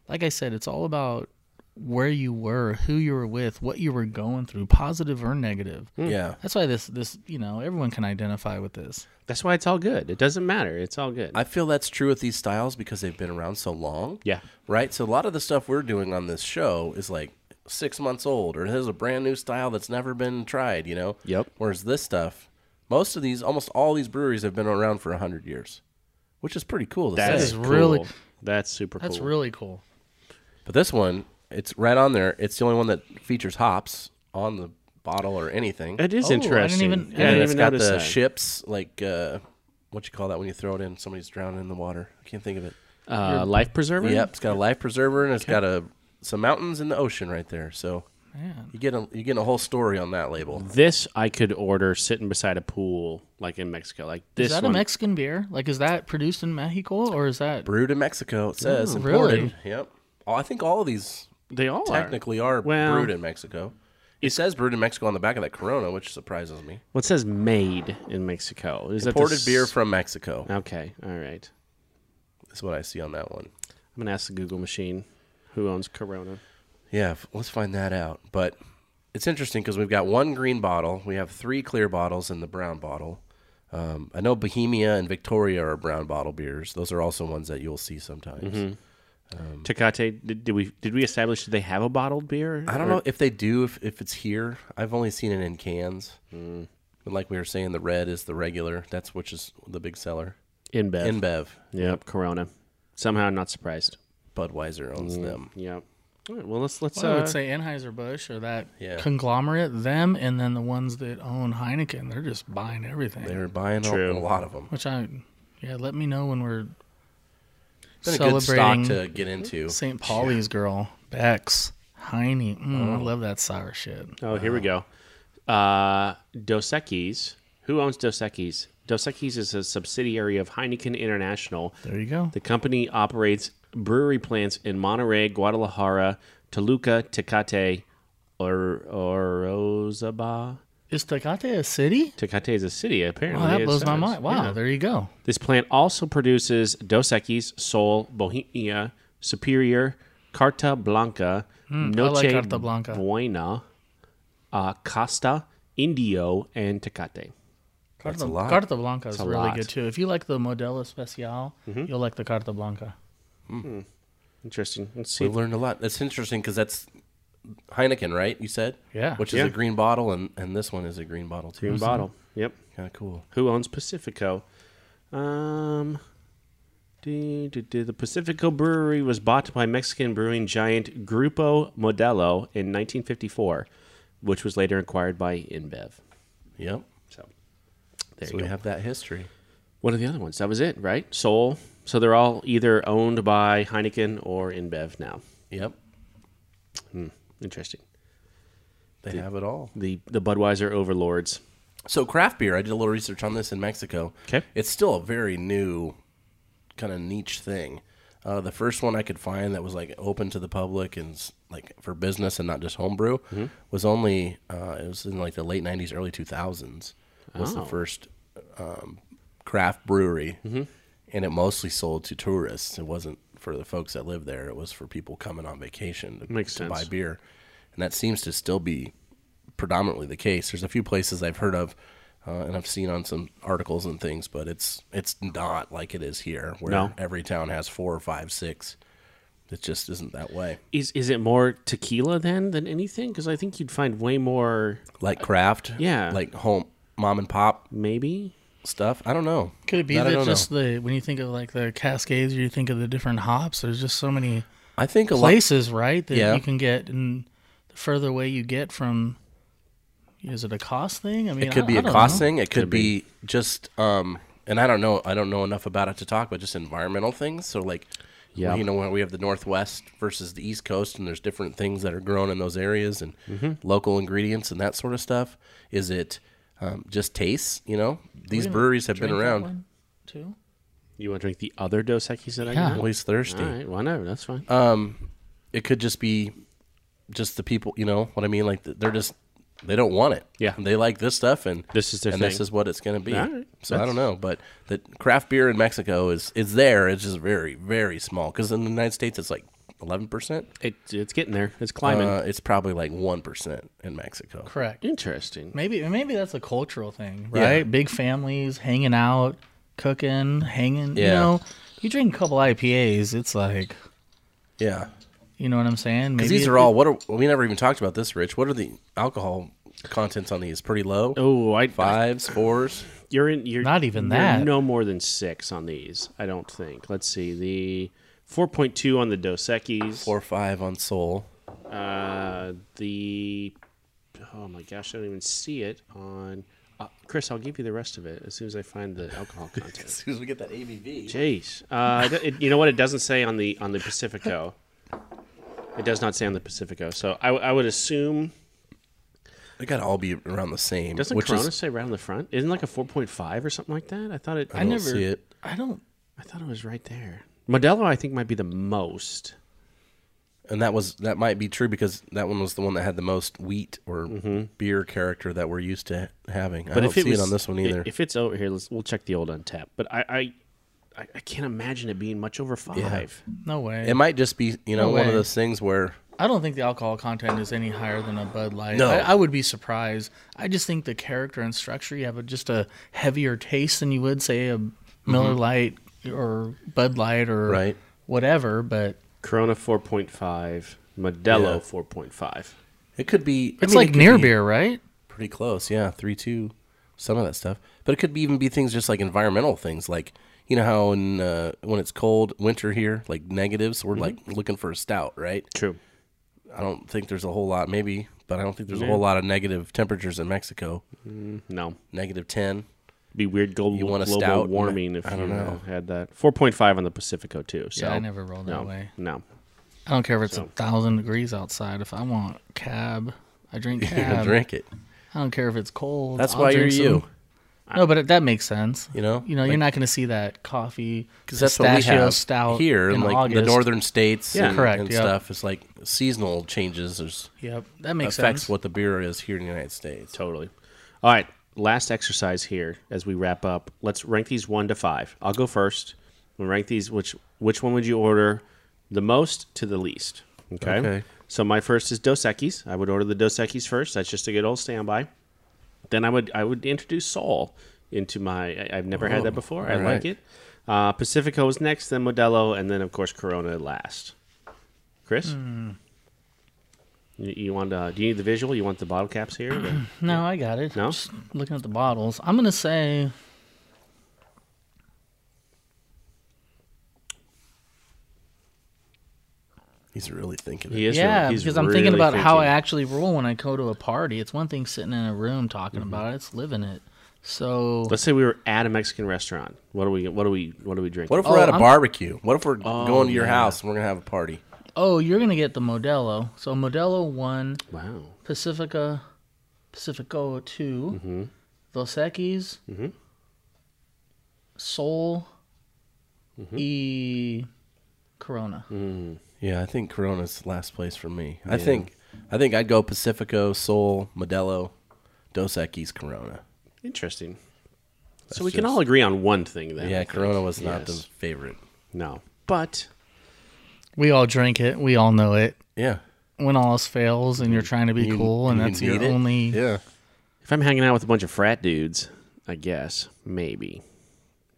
Speaker 3: like I said, it's all about where you were, who you were with, what you were going through, positive or negative.
Speaker 1: Hmm.
Speaker 2: Yeah,
Speaker 3: That's why this, this, you know, everyone can identify with this.
Speaker 1: That's why it's all good. It doesn't matter. It's all good.
Speaker 2: I feel that's true with these styles because they've been around so long.
Speaker 1: yeah.
Speaker 2: right? So a lot of the stuff we're doing on this show is like six months old, or there's a brand new style that's never been tried, you know.
Speaker 1: Yep.
Speaker 2: Whereas this stuff, most of these, almost all these breweries have been around for hundred years, which is pretty cool. To
Speaker 1: That is
Speaker 2: say.
Speaker 3: is really-
Speaker 1: cool. That's super
Speaker 3: That's
Speaker 1: cool.
Speaker 3: really cool.
Speaker 2: But this one, it's right on there. It's the only one that features hops on the bottle or anything.
Speaker 1: It is
Speaker 3: Oh, I didn't
Speaker 1: interesting.
Speaker 3: even-
Speaker 1: yeah,
Speaker 3: I
Speaker 1: I
Speaker 2: and
Speaker 1: didn't
Speaker 2: it's
Speaker 1: even
Speaker 2: got
Speaker 1: notice
Speaker 2: the
Speaker 1: that.
Speaker 2: ships like. Uh, what you call that when you throw it in? Somebody's drowning in the water. I can't think of it.
Speaker 1: uh, life preserver.
Speaker 2: Yep, it's got a life preserver and it's got a some mountains in the ocean right there. So
Speaker 3: Man.
Speaker 2: You get a you get a whole story on that label.
Speaker 1: This I could order sitting beside a pool, like in Mexico. Like this
Speaker 3: Is that
Speaker 1: one.
Speaker 3: a Mexican beer? Like, is that produced in Mexico or is that?
Speaker 2: Brewed in Mexico, it says.
Speaker 3: Oh,
Speaker 2: imported.
Speaker 3: really?
Speaker 2: Yep. Oh, I think all of these
Speaker 1: they all are.
Speaker 2: technically are
Speaker 1: Well-
Speaker 2: brewed in Mexico. It says brewed in Mexico on the back of that Corona, which surprises me.
Speaker 1: What says made in Mexico? Is
Speaker 2: Imported
Speaker 1: that the
Speaker 2: beer
Speaker 1: s-
Speaker 2: from Mexico
Speaker 1: Okay, all right.
Speaker 2: is what I see on that one.
Speaker 1: I'm gonna ask the Google machine who owns Corona.
Speaker 2: Yeah, f- let's find that out. But it's interesting because we've got one green bottle, we have three clear bottles, and the brown bottle. Um, I know Bohemia and Victoria are brown bottle beers. Those are also ones that you'll see sometimes.
Speaker 1: Tecate, did, did we did we establish that they have a bottled beer?
Speaker 2: I don't know if they do if, if it's here. I've only seen it in cans. But like we were saying, the red is the regular. That's which is the big seller.
Speaker 1: in bed.
Speaker 2: InBev,
Speaker 1: Yep, Corona. Somehow I'm not surprised.
Speaker 2: Budweiser owns them.
Speaker 1: Yep. All right, well, let's let's.
Speaker 3: Well, I
Speaker 1: uh,
Speaker 3: would say Anheuser Busch or that
Speaker 2: Yeah.
Speaker 3: conglomerate, them, and then the ones that own Heineken, they're just buying everything.
Speaker 2: They were buying a,
Speaker 1: True.
Speaker 2: a lot of them.
Speaker 3: which I, yeah, let me know when we're
Speaker 2: Been a good stock
Speaker 3: celebrating
Speaker 2: to get into.
Speaker 3: St. Pauli's girl, Bex Heine. Mm,
Speaker 2: Oh.
Speaker 3: I love that sour shit.
Speaker 1: oh, here we go. Uh, Dos Equis. Who owns Dos Equis? Dos Equis is a subsidiary of Heineken International.
Speaker 3: There you go.
Speaker 1: The company operates brewery plants in Monterey, Guadalajara, Toluca, Tecate, or Orozaba.
Speaker 3: Is Tecate a city?
Speaker 1: Tecate is a city, apparently.
Speaker 3: Oh, that
Speaker 1: it
Speaker 3: blows my
Speaker 1: says.
Speaker 3: mind. Wow,
Speaker 1: Yeah.
Speaker 3: there you go.
Speaker 1: This plant also produces Dos Equis, Sol, Bohemia, Superior, Carta Blanca,
Speaker 3: Hmm, I
Speaker 1: Noche
Speaker 3: like Carta Blanca.
Speaker 1: Buena, uh, Costa, Indio, and Tecate.
Speaker 2: That's
Speaker 3: Carta,
Speaker 2: a lot. Mm-hmm.
Speaker 3: Carta Blanca is
Speaker 1: a
Speaker 3: really
Speaker 1: lot.
Speaker 3: good too. If you like the Modelo Especial, you'll like the Carta Blanca.
Speaker 1: Interesting. Let's see.
Speaker 2: We've learned a lot. That's interesting because that's Heineken, right? You said,
Speaker 3: Yeah.
Speaker 2: which
Speaker 1: Yeah.
Speaker 2: is a green bottle, and and this one is a green bottle too.
Speaker 1: Green bottle. Yep.
Speaker 2: Kind of cool.
Speaker 1: Who owns Pacifico? Um, do, do, do. the Pacifico Brewery was bought by Mexican brewing giant Grupo Modelo in 1954, which was later acquired by InBev.
Speaker 2: Yep.
Speaker 1: So there
Speaker 2: so
Speaker 1: you
Speaker 2: we
Speaker 1: go.
Speaker 2: have that history.
Speaker 1: What are the other ones? That was it, right? Soul. So they're all either owned by Heineken or InBev now.
Speaker 2: Yep.
Speaker 1: Interesting.
Speaker 2: They have it all.
Speaker 1: The the Budweiser overlords.
Speaker 2: So craft beer, I did a little research on this in Mexico.
Speaker 1: 'Kay.
Speaker 2: It's still a very new kind of niche thing. Uh, the first one I could find that was like open to the public and s- like for business and not just homebrew
Speaker 1: Mm-hmm.
Speaker 2: was only uh, it was in like the late '90s, early 2000s was
Speaker 1: Oh. Mm-hmm.
Speaker 2: the first um, craft brewery, and it mostly sold to tourists. It wasn't for the folks that live there. It was for people coming on vacation to,
Speaker 1: Makes
Speaker 2: to buy
Speaker 1: sense.
Speaker 2: beer, and that seems to still be predominantly the case. There's a few places I've heard of, uh, and I've seen on some articles and things, but it's it's not like it is here, where
Speaker 1: No.
Speaker 2: every town has four or five, six. It just isn't that way.
Speaker 1: Is is it more tequila then than anything? Because I think you'd find way more.
Speaker 2: Like craft,
Speaker 1: yeah.
Speaker 2: like home mom and pop
Speaker 1: Maybe
Speaker 2: stuff. I don't know.
Speaker 3: Could it be
Speaker 2: That I
Speaker 3: that
Speaker 2: don't
Speaker 3: just
Speaker 2: know.
Speaker 3: the when you think of like the Cascades, or you think of the different hops? There's just so many
Speaker 2: I think a lot.
Speaker 3: places, right? That
Speaker 2: Yeah.
Speaker 3: you can get, and the further away you get from, is it a cost thing? I mean,
Speaker 2: It could
Speaker 3: I-
Speaker 2: be
Speaker 3: I
Speaker 2: a
Speaker 3: don't
Speaker 2: cost
Speaker 3: know.
Speaker 2: thing. It could, be, just um and I don't know I don't know enough about it to talk, but just environmental things. So like
Speaker 1: Yeah.
Speaker 2: you know when we have the northwest versus the east coast and there's different things that are grown in those areas and
Speaker 1: Mm-hmm.
Speaker 2: local ingredients and that sort of stuff. Is it um, just tastes, you know? These
Speaker 3: gonna
Speaker 2: breweries have been
Speaker 3: Drink that
Speaker 2: around.
Speaker 3: one, too.
Speaker 1: you want to drink the other Dos Equis that I
Speaker 3: Yeah.
Speaker 1: got.
Speaker 2: Well, he's thirsty.
Speaker 1: All right, whatever. That's fine.
Speaker 2: It could just be just the people, you know what I mean? Like they're just they don't want it.
Speaker 1: Yeah.
Speaker 2: They like this stuff and
Speaker 1: This is their
Speaker 2: and this
Speaker 1: thing.
Speaker 2: is what it's going to be.
Speaker 1: All right.
Speaker 2: So I don't know, but the craft beer in Mexico is is there. It's just very very small because in the United States it's like eleven percent.
Speaker 1: it, it's getting there. It's climbing.
Speaker 2: Uh, it's probably like one percent in Mexico.
Speaker 3: Correct.
Speaker 1: Interesting.
Speaker 3: Maybe maybe that's a cultural thing, right? Big families hanging out, cooking, hanging. You
Speaker 2: Yeah.
Speaker 3: know, you drink a couple IPAs, it's like,
Speaker 2: Yeah,
Speaker 3: you know what I'm saying? Maybe
Speaker 2: because these
Speaker 3: it-
Speaker 2: are all what are we never even talked about this, Rich. What are the alcohol contents on these? Pretty low.
Speaker 1: Oh, I, I
Speaker 2: Fives, fours.
Speaker 1: you're in. You're
Speaker 3: Not even
Speaker 1: you're
Speaker 3: that.
Speaker 1: No more than six on these. I don't think. Let's see the. 4.2 on the Dos Equis.
Speaker 2: Four, five on Sol.
Speaker 1: Uh, the oh my gosh, I don't even see it on. Uh, Chris, I'll give you the rest of it as soon as I find the alcohol
Speaker 2: As
Speaker 1: content.
Speaker 2: soon as we get that ABV.
Speaker 1: Jeez, uh, it- it- you know what? It doesn't say on the on the Pacifico. It does not say on the Pacifico, so I, I would assume.
Speaker 2: They gotta all be around the same.
Speaker 1: Doesn't
Speaker 2: which
Speaker 1: Corona
Speaker 2: is,
Speaker 1: say right on the front? Isn't it like a four point five or something like that? I thought it.
Speaker 2: I
Speaker 1: I,
Speaker 2: don't
Speaker 3: never-
Speaker 2: see it.
Speaker 3: I don't.
Speaker 1: I thought it was right there. Modelo, I think, might be the most.
Speaker 2: and that was that might be true because that one was the one that had the most wheat or
Speaker 3: Mm-hmm.
Speaker 2: beer character that we're used to having. I
Speaker 1: But
Speaker 2: don't
Speaker 1: if it
Speaker 2: see
Speaker 1: was
Speaker 2: it on this one
Speaker 1: i-
Speaker 2: either.
Speaker 1: If it's over here, let's, we'll check the old untapped. But I, I, I, I can't imagine it being much over five.
Speaker 3: No way.
Speaker 2: it might just be you know
Speaker 3: No
Speaker 2: one of
Speaker 3: way.
Speaker 2: those things where
Speaker 3: I don't think the alcohol content is any higher than a Bud Light.
Speaker 2: No.
Speaker 3: I, I would be surprised. I just think the character and structure you have a, just a heavier taste than you would say a Miller Light or Bud Light or
Speaker 2: Mm-hmm. Right.
Speaker 3: whatever. But
Speaker 1: Corona 4.5, Modelo
Speaker 2: Yeah.
Speaker 1: 4.5.
Speaker 2: It could be. I
Speaker 3: it's
Speaker 2: mean, it
Speaker 3: like
Speaker 2: could
Speaker 3: near
Speaker 2: be
Speaker 3: beer, right?
Speaker 2: Pretty close, yeah. Three two, some of that stuff. But it could be, even be things just like environmental things, like you know how in, uh, when it's cold winter here, like negatives, we're
Speaker 3: Mm-hmm.
Speaker 2: like looking for a stout, right?
Speaker 1: True.
Speaker 2: I don't think there's a whole lot, maybe, but I don't think there's a whole lot of negative temperatures in Mexico.
Speaker 1: No.
Speaker 2: Negative ten.
Speaker 1: Be weird global,
Speaker 2: You want a
Speaker 1: global
Speaker 2: stout?
Speaker 1: warming if
Speaker 2: I
Speaker 1: you
Speaker 2: don't
Speaker 1: uh,
Speaker 2: know.
Speaker 1: had that. 4.5 on the Pacifico, too. So
Speaker 3: Yeah, I never rolled that
Speaker 1: no,
Speaker 3: way.
Speaker 1: No.
Speaker 3: I don't care if it's a thousand degrees outside. If I want cab, I drink
Speaker 2: You're gonna
Speaker 3: cab.
Speaker 2: drink it.
Speaker 3: I don't care if it's cold.
Speaker 2: That's
Speaker 3: I'll
Speaker 2: why you're
Speaker 3: drink some-
Speaker 2: you.
Speaker 3: No, but it, that makes sense.
Speaker 2: You know?
Speaker 3: you know,
Speaker 2: Like-
Speaker 3: you're not going to see that coffee
Speaker 2: Because that's what we have
Speaker 3: stout
Speaker 2: here in
Speaker 3: in
Speaker 2: like
Speaker 3: August.
Speaker 2: the northern states.
Speaker 1: Yeah.
Speaker 2: and,
Speaker 3: Correct,
Speaker 2: And
Speaker 3: yep.
Speaker 2: stuff. It's like seasonal changes. There's
Speaker 3: Yep, that makes
Speaker 2: affects
Speaker 3: sense.
Speaker 2: what the beer is here in the United States.
Speaker 1: Totally. All right. Last exercise here as we wrap up. Let's rank these one to five. I'll go first. We'll rank these. Which which one would you order the most to the least? Okay.
Speaker 2: Okay.
Speaker 1: So my first is Dos Equis. I would order the Dos Equis first. That's just a good old standby. Then I would I would introduce Sol into my. I, have never had that before. I
Speaker 2: Oh, all
Speaker 1: like
Speaker 2: right.
Speaker 1: it. Uh, Pacifico was next, then Modelo, and then of course Corona last. Chris,
Speaker 2: Hmm.
Speaker 1: you, you want? Uh, do you need the visual? You want the bottle caps here? The-
Speaker 3: No, I got it.
Speaker 1: No?
Speaker 3: Just looking at the bottles. I'm gonna say
Speaker 2: He's really thinking.
Speaker 1: He
Speaker 2: it.
Speaker 1: is
Speaker 3: yeah,
Speaker 1: really- he's
Speaker 3: because I'm thinking
Speaker 1: really
Speaker 3: about how I
Speaker 1: thinking.
Speaker 3: actually roll when I go to a party. It's one thing sitting in a room talking
Speaker 2: Mm-hmm.
Speaker 3: about it; it's living it. So
Speaker 1: Let's say we were at a Mexican restaurant. What do we? What do we? What do we drink?
Speaker 2: What if
Speaker 3: Oh,
Speaker 2: we're at a
Speaker 3: I'm-
Speaker 2: barbecue? What if we're going to your house and we're gonna have a party?
Speaker 3: oh, you're gonna get the Modelo. So Modelo one,
Speaker 1: wow.
Speaker 3: Pacifica, Pacifico 2
Speaker 2: Mm-hmm.
Speaker 3: Dos Equis, Sol,
Speaker 2: Mm-hmm.
Speaker 3: E, Corona.
Speaker 2: Mm. Yeah, I think Corona's last place for me. I think I think I'd go Pacifico, Sol, Modelo, Dos Equis, Corona.
Speaker 1: Interesting. so we can
Speaker 2: just-
Speaker 1: all agree on one thing then.
Speaker 2: Yeah, Corona was
Speaker 1: Yes.
Speaker 2: not the favorite.
Speaker 1: No, but
Speaker 3: We all drink it. We all know it.
Speaker 2: Yeah,
Speaker 3: When all else fails, and you're trying to be
Speaker 2: You-
Speaker 3: cool, and
Speaker 2: you
Speaker 3: that's your
Speaker 2: need it?
Speaker 3: only.
Speaker 2: Yeah,
Speaker 1: if I'm hanging out with a bunch of frat dudes, I guess maybe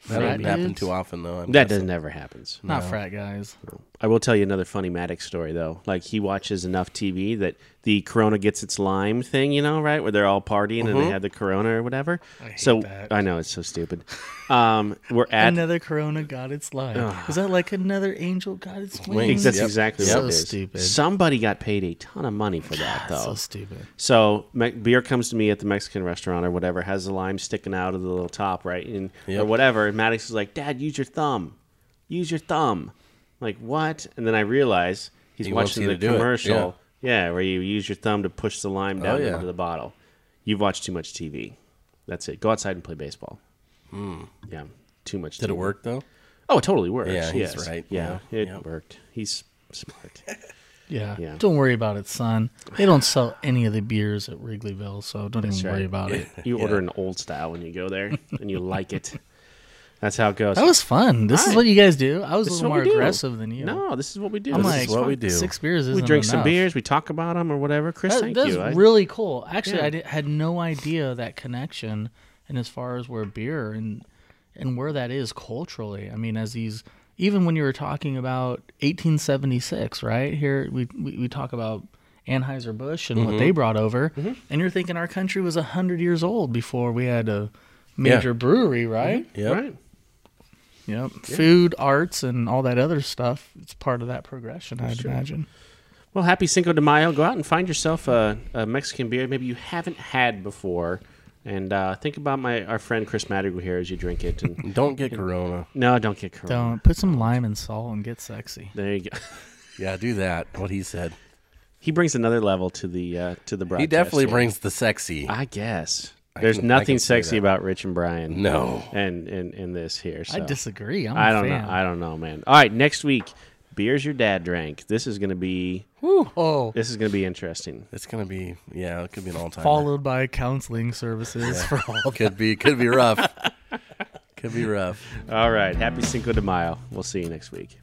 Speaker 2: that doesn't
Speaker 3: Frat
Speaker 2: happen
Speaker 3: dudes?
Speaker 2: too often though.
Speaker 1: that
Speaker 2: I'm guessing.
Speaker 1: doesn't ever happens.
Speaker 3: Not frat guys.
Speaker 1: I will tell you another funny Maddox story though. Like he watches enough TV that the Corona gets its lime thing, you know, right? Where they're all partying and they have the Corona or whatever.
Speaker 3: hate
Speaker 1: so
Speaker 3: that.
Speaker 1: I know it's so stupid. Um, we're at
Speaker 3: another Corona got its life. Is that like another angel got its
Speaker 2: Wings.
Speaker 3: wings?
Speaker 1: That's
Speaker 2: Yep.
Speaker 1: exactly
Speaker 3: Yep.
Speaker 1: what it
Speaker 3: So
Speaker 1: is.
Speaker 3: stupid.
Speaker 1: Somebody got paid a ton of money for that,
Speaker 3: So
Speaker 1: though.
Speaker 3: stupid.
Speaker 1: So me- beer comes to me at the Mexican restaurant or whatever, has the lime sticking out of the little top, right, and or
Speaker 2: Yep.
Speaker 1: whatever. And Maddox is like, "Dad, use your thumb, use your thumb." I'm like what? And then I realize he's
Speaker 2: He wants
Speaker 1: watching
Speaker 2: you
Speaker 1: the
Speaker 2: to do it, Oh,
Speaker 1: commercial. Yeah. where you use your thumb to push the lime down
Speaker 2: yeah.
Speaker 1: into the bottle. You've watched too much TV. That's it. Go outside and play baseball. Yeah, too much.
Speaker 2: Hmm. Did it
Speaker 1: TV.
Speaker 2: work though?
Speaker 1: Oh, it totally works.
Speaker 2: Yeah, he's
Speaker 1: yes.
Speaker 2: right.
Speaker 1: Yeah,
Speaker 2: Yeah.
Speaker 1: it
Speaker 2: Yep.
Speaker 1: worked. He's smart.
Speaker 3: Yeah.
Speaker 1: Yeah.
Speaker 3: Don't worry about it, son. They don't sell any of the beers at Wrigleyville, so don't even
Speaker 1: right.
Speaker 3: worry about it.
Speaker 1: You order an old style when you go there, and you like it. That's how it goes.
Speaker 3: That was fun. This
Speaker 1: Alright.
Speaker 3: is what you guys do. I was
Speaker 1: This is
Speaker 3: a little
Speaker 1: what
Speaker 3: more
Speaker 1: we do.
Speaker 3: aggressive than you.
Speaker 1: No, this is what we do.
Speaker 3: I'm
Speaker 1: This
Speaker 3: like,
Speaker 1: is
Speaker 2: what we
Speaker 3: "Fuck,
Speaker 2: do.
Speaker 3: Six beers isn't
Speaker 1: we drink some
Speaker 3: enough."
Speaker 1: beers, we talk about them or whatever. Chris,
Speaker 3: That,
Speaker 1: thank
Speaker 3: that's
Speaker 1: you. I-
Speaker 3: really cool. Actually,
Speaker 1: Yeah.
Speaker 3: I did, had no idea that connection, and as far as where beer and and where that is culturally. I mean, as these even when you were talking about 1876, right here we we, we talk about Anheuser Busch and
Speaker 1: Mm-hmm.
Speaker 3: what they brought over, and you're thinking our country was hundred years old before we had a major brewery, right?
Speaker 2: Yep.
Speaker 1: Right. Mm-hmm.
Speaker 3: Yep. Food, arts, and all that other stuff. It's part of that progression, I'd imagine.
Speaker 1: Well, happy Cinco de Mayo. Go out and find yourself a, a Mexican beer maybe you haven't had before. And uh, think about my our friend Chris Madrigal here as you drink it. And
Speaker 2: Don't get Corona.
Speaker 1: no, don't get corona.
Speaker 3: Don't put some lime and salt and get sexy.
Speaker 1: There you go.
Speaker 2: Yeah, do that. What he said.
Speaker 1: He brings another level to the uh, to the broadcast.
Speaker 2: He definitely
Speaker 1: here.
Speaker 2: brings the sexy.
Speaker 1: I guess there's
Speaker 2: can- I
Speaker 1: nothing
Speaker 2: can say
Speaker 1: sexy
Speaker 2: that.
Speaker 1: about Rich and Brian.
Speaker 2: No.
Speaker 1: and in in this here. So.
Speaker 3: I disagree. I'm
Speaker 1: I
Speaker 3: a
Speaker 1: don't
Speaker 3: fan.
Speaker 1: know. I don't know, man. All right, next week, beers your dad drank. This is gonna be
Speaker 3: Oh,
Speaker 1: this is gonna be interesting.
Speaker 2: It's gonna be yeah. It could be an all time.
Speaker 3: followed by counseling services for all.
Speaker 2: Could be. Could be rough. could be rough.
Speaker 1: All right, happy Cinco de Mayo. We'll see you next week.